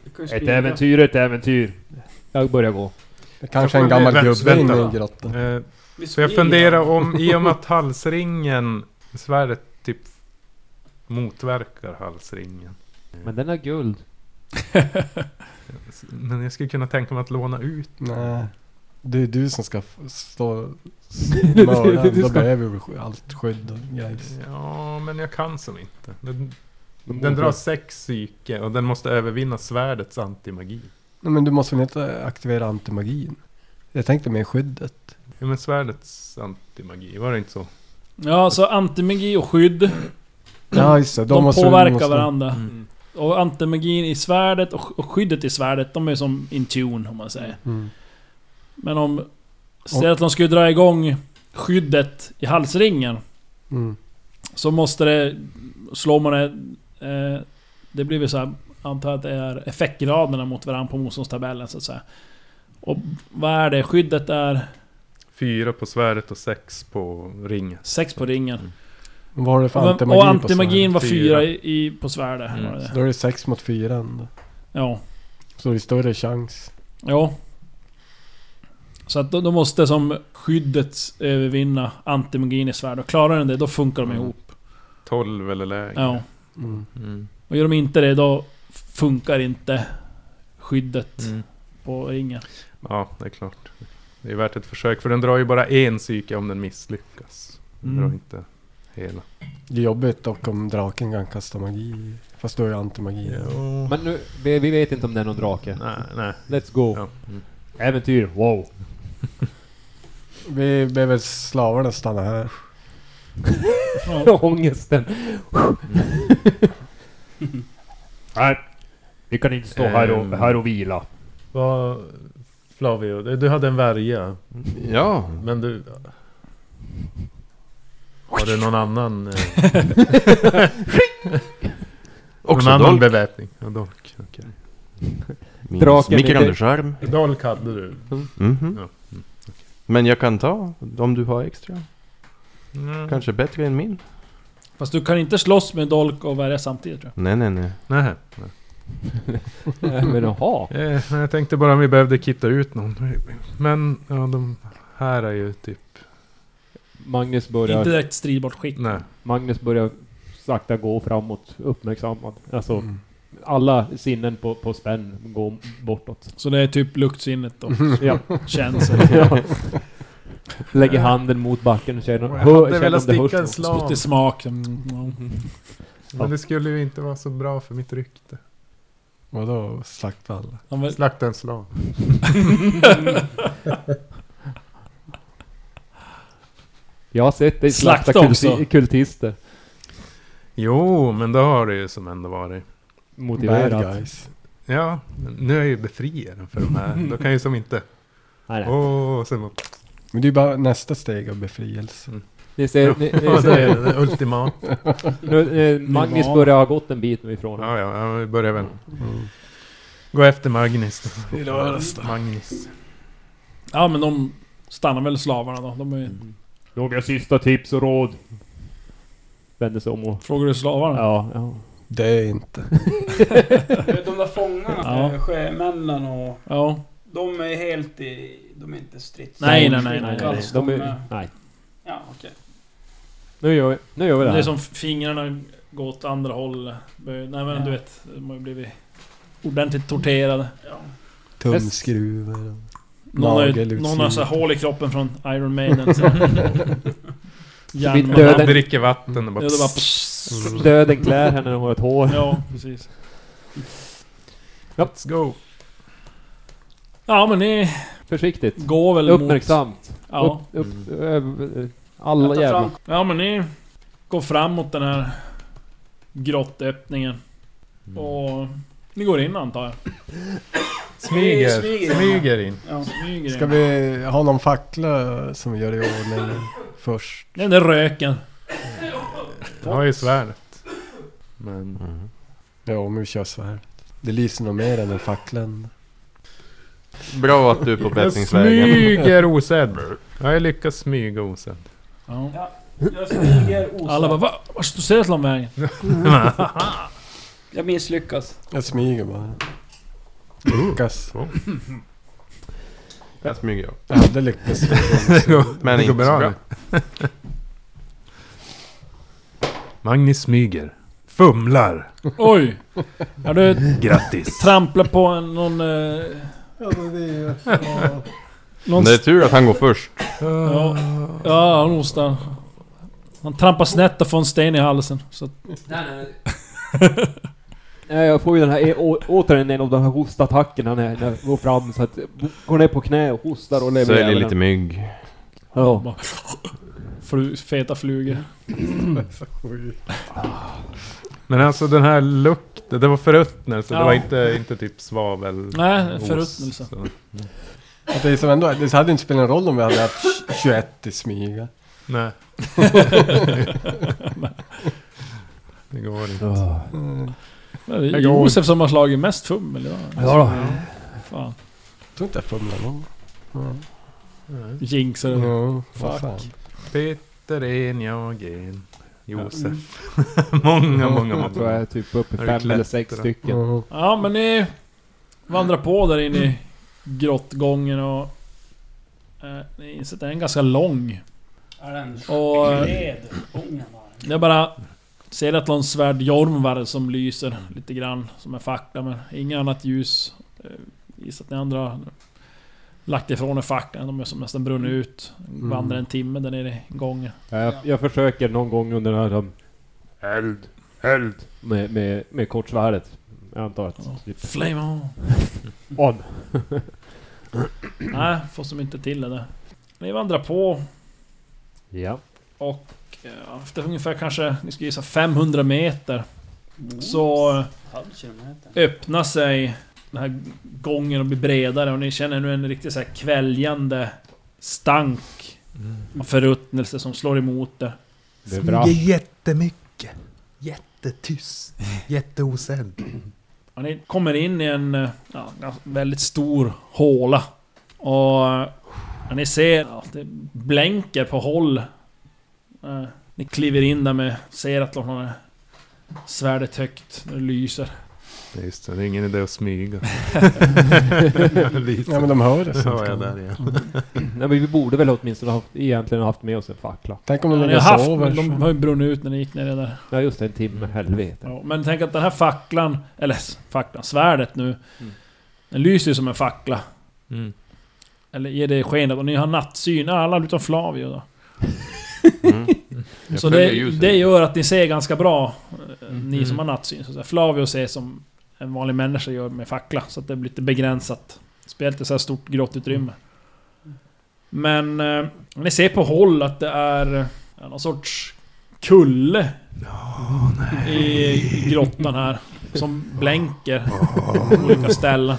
Speaker 3: Du kan
Speaker 8: ett
Speaker 3: ju springa.
Speaker 8: äventyr är ett äventyr.
Speaker 4: jag börjar gå.
Speaker 5: Det kanske
Speaker 6: Jag
Speaker 5: är en
Speaker 6: får-
Speaker 5: gammal
Speaker 6: vänta,
Speaker 5: gubbe inne
Speaker 6: vänta.
Speaker 5: i grottan.
Speaker 6: Eh,
Speaker 3: Vi
Speaker 6: Så jag
Speaker 3: springer.
Speaker 6: funderar om, i och med att halsringen, svärdet typ motverkar halsringen.
Speaker 4: Men den är guld.
Speaker 6: S- Men jag skulle kunna tänka mig att låna ut.
Speaker 5: Nej. Det är du som ska f- stå smörad.
Speaker 4: Du
Speaker 5: Då
Speaker 4: ska-
Speaker 5: behöver vi sk- allt skydd och guys.
Speaker 6: Ja, men jag kan som inte. Den, den drar sex psyke och den måste övervinna svärdets antimagi.
Speaker 5: Nej, men du måste väl inte aktivera antimagin? Jag tänkte mer skyddet.
Speaker 6: Ja, men svärdets antimagi, var det inte så?
Speaker 2: Ja, så antimagi och skydd,
Speaker 5: Ja just det, då
Speaker 2: Mm. de
Speaker 5: måste
Speaker 2: påverkar
Speaker 5: måste-
Speaker 2: varandra.
Speaker 6: Mm.
Speaker 2: Och antimagin i svärdet och sk- och skyddet i svärdet, de är som in tune om man säger.
Speaker 5: Mm.
Speaker 2: Men om... Säg att de skulle dra igång skyddet i halsringen,
Speaker 5: Mm.
Speaker 2: så måste det... Slår man det... Eh, det blir väl så här, antar att det är effektgraderna mot varandra på motståndstabellen så att säga. Och vad är det? Skyddet är
Speaker 6: Fyra på svärdet och sex på ringen.
Speaker 2: 6 på ringen.
Speaker 5: Vad har du för
Speaker 2: Och,
Speaker 5: antimagi
Speaker 2: och
Speaker 5: på så här?
Speaker 2: antimagin var
Speaker 6: Fyra.
Speaker 2: fyra i, i, på svärdet.
Speaker 6: Mm.
Speaker 2: var det.
Speaker 5: Så Då är det sex mot fyra ändå.
Speaker 2: Ja.
Speaker 5: Så det är större chans.
Speaker 2: Ja. Så att då, då måste som skyddet övervinna antimagin i svärd. Och klarar den det, då funkar de
Speaker 6: Mm.
Speaker 2: ihop.
Speaker 6: Tolv eller lägre.
Speaker 2: Ja.
Speaker 5: Mm.
Speaker 6: Mm.
Speaker 2: Och gör de inte det, då funkar inte skyddet
Speaker 6: Mm.
Speaker 2: på ringen.
Speaker 6: Ja, det är klart. Det är värt ett försök, för den drar ju bara en psyke om den misslyckas. Den
Speaker 2: Mm.
Speaker 6: drar inte hela.
Speaker 5: Det är jobbigt dock om draken kan kasta magi. Fast då är jag antimagi.
Speaker 4: Men nu, vi, vi vet inte om det är någon drake.
Speaker 6: Nej, nej.
Speaker 4: Let's go.
Speaker 6: Ja.
Speaker 8: Äventyr, wow.
Speaker 5: Vi ber väl slavarna stanna här.
Speaker 2: Ja.
Speaker 4: Ångesten.
Speaker 8: Nej, vi kan inte stå här
Speaker 6: Ehm.
Speaker 8: och, här och vila.
Speaker 6: Vad... Flavio, du hade en värja,
Speaker 7: Ja,
Speaker 6: men du... Har du någon annan... eh,
Speaker 7: också
Speaker 6: någon annan
Speaker 7: dolk.
Speaker 6: beväpning? Ja, dolk. Okej.
Speaker 7: Min
Speaker 4: Draken
Speaker 7: mikrounderskärm.
Speaker 6: Dolk hade du?
Speaker 7: Mhm.
Speaker 6: Ja. mm,
Speaker 7: Men jag kan ta om du har extra. Kanske bättre än min.
Speaker 2: Fast du kan inte slåss med dolk och värja samtidigt tror
Speaker 7: Nej, nej, nej.
Speaker 6: Nej.
Speaker 4: Men jaha.
Speaker 6: Eh, men jag tänkte bara om vi behövde kitta ut någon. Men ja, de här är ju typ...
Speaker 4: Magnus
Speaker 2: jag. Inte
Speaker 4: börjar,
Speaker 2: direkt stridbart skick.
Speaker 6: Nej.
Speaker 4: Magnus börjar sakta gå framåt, uppmärksammad. Alltså, alla sinnen på, på spänn går bortåt.
Speaker 2: Så det är typ luktsinnet och
Speaker 4: Ja.
Speaker 2: känsel.
Speaker 4: Ja. Lägger handen mot backen och känner,
Speaker 6: Jag
Speaker 4: hör,
Speaker 6: hade
Speaker 4: känner
Speaker 6: velat
Speaker 4: om det hörs
Speaker 6: sticka en
Speaker 4: något.
Speaker 6: slam.
Speaker 2: Lite smak. mm, ja.
Speaker 6: Men det skulle ju inte vara så bra för mitt rykte.
Speaker 5: Vadå slakta alla?
Speaker 2: Han var-
Speaker 6: Slakta en slav.
Speaker 4: Jag har sett dig slakta
Speaker 2: Slakta också.
Speaker 4: kulti- kultister.
Speaker 6: Jo, men det har det ju som ändå varit.
Speaker 5: Bad
Speaker 4: Motiverat.
Speaker 5: guys.
Speaker 6: Ja, men nu är jag ju befriaren för de här. Då kan jag ju som inte...
Speaker 4: Nej,
Speaker 6: Oh.
Speaker 4: nej.
Speaker 6: Åh, sen upp.
Speaker 5: Men det är bara nästa steg av befrielse.
Speaker 4: Ni ser, ni, ni
Speaker 6: Ja, det är
Speaker 4: ser
Speaker 6: det ultimat.
Speaker 4: nu, eh, Magnus
Speaker 2: Nirvana.
Speaker 4: börjar ha gått en bit nu ifrån.
Speaker 6: Ja, ja, ja, vi börjar väl. Gå efter Magnus.
Speaker 5: Det rörs då.
Speaker 6: Magnus.
Speaker 2: ja men de stannar väl slavarna då. De är,
Speaker 4: Mm.
Speaker 8: Några sista tips och råd.
Speaker 4: Vänder sig om och...
Speaker 2: Frågar du slavarna?
Speaker 4: Ja, ja.
Speaker 5: Dö inte.
Speaker 3: De där fångarna, eh,
Speaker 2: Ja.
Speaker 3: sjömännen och...
Speaker 2: Ja.
Speaker 3: De är helt i... De är inte strids...
Speaker 2: Nej, nej, nej, nej,
Speaker 4: nej.
Speaker 3: Alls,
Speaker 4: De
Speaker 3: de
Speaker 4: är,
Speaker 3: är-
Speaker 4: nej.
Speaker 3: Ja, okej.
Speaker 4: Nu gör vi, nu gör vi
Speaker 2: Det
Speaker 4: det
Speaker 2: är
Speaker 4: här.
Speaker 2: som fingrarna går åt andra håll. Nej men
Speaker 3: Ja.
Speaker 2: du vet, de har ju blivit ordentligt torterade.
Speaker 3: Ja.
Speaker 5: Tumskruvar.
Speaker 2: Någon har, ju-
Speaker 5: Nagelutsida.
Speaker 2: någon har så här hål i kroppen från Iron Maiden. så-
Speaker 4: Vid
Speaker 2: Järnman.
Speaker 6: Han
Speaker 4: döden-
Speaker 6: dricker vatten och
Speaker 2: Ja,
Speaker 6: bara...
Speaker 2: det bara...
Speaker 4: Döden klär henne när hon har ett hår.
Speaker 2: Ja, precis.
Speaker 6: Let's go.
Speaker 2: Ja men ni
Speaker 4: Försiktigt.
Speaker 2: går väl mot...
Speaker 4: Uppmärksamt.
Speaker 2: Ja.
Speaker 4: Upp, upp, över- alla
Speaker 3: Ta
Speaker 4: jävla...
Speaker 3: fram
Speaker 2: ja men ni går fram mot den här grottöppningen. Och ni går in antar jag.
Speaker 6: Smyger.
Speaker 3: Smyger.
Speaker 6: Smyger in.
Speaker 3: Ja.
Speaker 2: Smyger in.
Speaker 5: Ska vi ha någon fackla som vi gör i ordning först?
Speaker 2: Den där röken.
Speaker 6: Jag har ju svärdet. Men...
Speaker 5: Ja, men vi kör svärd. Det lyser nog mer än en facklan.
Speaker 7: Bra att du är på
Speaker 6: Jag
Speaker 7: bättringsvägen.
Speaker 6: smyger osedd. Jag har lyckats smyga osedd.
Speaker 2: Ja.
Speaker 3: Jag smyger osagt.
Speaker 2: Alla bara Va? Vart står Seslan vägen?
Speaker 3: Jag misslyckas.
Speaker 5: Jag smyger bara. Oh. Lyckas.
Speaker 7: Där smyger jag.
Speaker 5: Jag hade lyckats.
Speaker 7: Men
Speaker 6: Det går
Speaker 7: inte så
Speaker 6: bra
Speaker 7: bra.
Speaker 6: Magnus smyger. Fumlar.
Speaker 2: Oj! Ja du
Speaker 6: Grattis.
Speaker 2: tramplar på en, någon... Eh,
Speaker 5: Ja, men det är ju...
Speaker 2: någon
Speaker 7: Det är tur att han går först.
Speaker 2: Ja, ja han hostar. Han trampar snett och får en sten i halsen. Så att,
Speaker 4: Nej, jag får ju den här, eh, å, återigen en av de här hostattackerna när när jag går fram så att... eh, Går ner på knä och hostar och lever
Speaker 7: Säljer
Speaker 4: jävlarna.
Speaker 7: lite mygg.
Speaker 4: Ja.
Speaker 2: fru, feta flugor.
Speaker 6: Men alltså den här lukten, det var förruttnelse. Det
Speaker 2: Ja.
Speaker 6: var inte, inte typ svavel.
Speaker 2: Nej,
Speaker 6: os,
Speaker 2: förruttnelse.
Speaker 6: så.
Speaker 5: Att det, är som ändå, det hade inte spelat någon roll om vi hade haft 21 i smyga.
Speaker 6: Nej. Det går inte.
Speaker 2: Det är
Speaker 6: Jag går.
Speaker 2: Josef som har slagit mest fummel idag.
Speaker 4: Ja då.
Speaker 2: Fan.
Speaker 5: Jag tror inte jag fumlade någon.
Speaker 2: Jinxar det.
Speaker 5: Jo, vad fan.
Speaker 6: Peter en, jag en. Josef. många, många,
Speaker 4: Jag tror jag
Speaker 6: många.
Speaker 4: är typ uppe i
Speaker 6: Har du
Speaker 4: fem eller
Speaker 6: klättrat?
Speaker 4: sex stycken.
Speaker 5: Ja.
Speaker 2: Ja men ni vandrar på där inne i grottgången och... Eh, ni inser att den är ganska lång.
Speaker 3: Är den
Speaker 2: Och... Eh,
Speaker 3: led? Ången bara.
Speaker 2: Jag bara ser att någon svärd Jormvar som lyser lite grann som en fackla men inget annat ljus. Eh, Gissar att ni andra Lagt ifrån er facklan, de är som nästan brunnit ut.
Speaker 5: Mm.
Speaker 2: Vandrar en timme där nere i gången.
Speaker 8: Ja, jag, jag försöker någon gång under den här... som- Eld! Eld! Med, med, med kortsvärdet. Jag antar att... Typ,
Speaker 2: Flame on!
Speaker 8: on!
Speaker 2: Nej, får som inte till det där. Ni vandrar på
Speaker 8: Ja.
Speaker 2: och eh, efter ungefär kanske, ni ska gissa 500 meter. Så eh,
Speaker 3: Halv kilometer.
Speaker 2: öppnar sig den här gången och blir bredare och ni känner nu en riktigt så här kväljande stank av förruttnelse som slår emot er.
Speaker 8: Det är bra.
Speaker 6: jättemycket. Jättetyst. Jätteosänd.
Speaker 2: Och ni kommer in i en eh, ja, ganska- väldigt stor håla. Och eh, när ni ser att det blänker på håll. Eh, Ni kliver in där med, ser att de har svärdet högt, när det lyser.
Speaker 6: Just det, det är ingen idé att smyga. Lite.
Speaker 5: Ja men de hör det.
Speaker 6: Så var jag där igen.
Speaker 8: Nej, men vi borde väl åtminstone haft, egentligen haft med oss en fackla.
Speaker 5: Tänk om
Speaker 2: Ja,
Speaker 5: de
Speaker 2: ni har
Speaker 5: ligger och
Speaker 2: haft,
Speaker 5: sover.
Speaker 2: men de har ju brunnit ut när ni gick ner i det där.
Speaker 8: Ja just det, en timme. Helvete.
Speaker 2: Ja, men tänk att den här facklan, eller s- facklan, svärdet nu.
Speaker 8: Mm.
Speaker 2: Den lyser ju som en fackla.
Speaker 7: Mm.
Speaker 2: Eller ger det sken av, och ni har nattsyn, alla utom Flavio då.
Speaker 7: Jag
Speaker 2: Så
Speaker 7: följer
Speaker 2: det,
Speaker 7: ljuset.
Speaker 2: det gör att ni ser ganska bra, eh, ni som har
Speaker 6: Mm.
Speaker 2: nattsyn. Så att säga. Flavio ser som en vanlig människa gör med fackla, så att det blir lite begränsat. Spelet är så här stort grått utrymme. Men eh, ni ser på håll att det är eh, någon sorts kulle i i grottan här. Som blänker på olika ställen.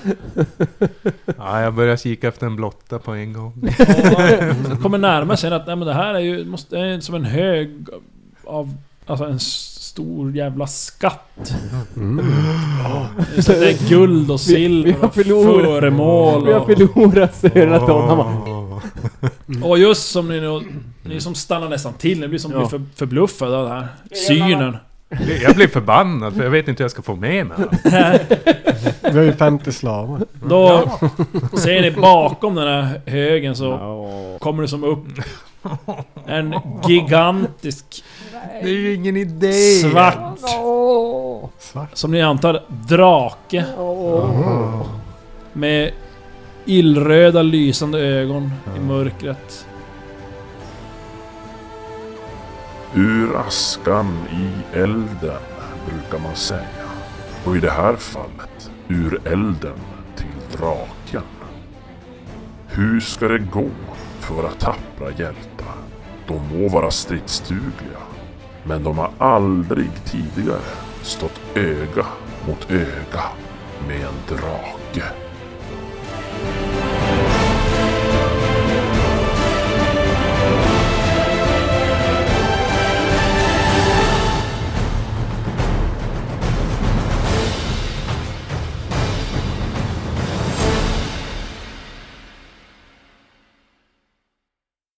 Speaker 6: Ja, jag börjar kika efter en blotta på en gång.
Speaker 2: Och så kommer närmare sen att nej, men det här är ju måste, det är som en hög av... Alltså en s- stor jävla skatt.
Speaker 5: Mm.
Speaker 2: Så det är guld och
Speaker 8: vi
Speaker 2: silver
Speaker 8: har
Speaker 2: och
Speaker 8: förlorat.
Speaker 2: föremål
Speaker 8: Vi har
Speaker 2: och...
Speaker 8: förlorat hela tonarna.
Speaker 6: Åh.
Speaker 2: Och just som ni nu... Ni som stannar nästan till, ni blir som
Speaker 8: Ja.
Speaker 2: blir för, förbluffade av den här synen.
Speaker 6: Jag blir förbannad för jag vet inte hur jag ska få med mig allt.
Speaker 5: Vi har ju 50 slavar.
Speaker 2: Då ser ni bakom den här högen så
Speaker 8: Ja.
Speaker 2: kommer det som upp en gigantisk
Speaker 6: Det är ju ingen idé!
Speaker 2: svart som ni antar drake med illröda lysande ögon i mörkret.
Speaker 1: Ur askan i elden, brukar man säga. Och i det här fallet, ur elden till draken. Hur ska det gå för våra tappra hjältar? De må vara stridsdugliga, men de har aldrig tidigare stått öga mot öga med en drake.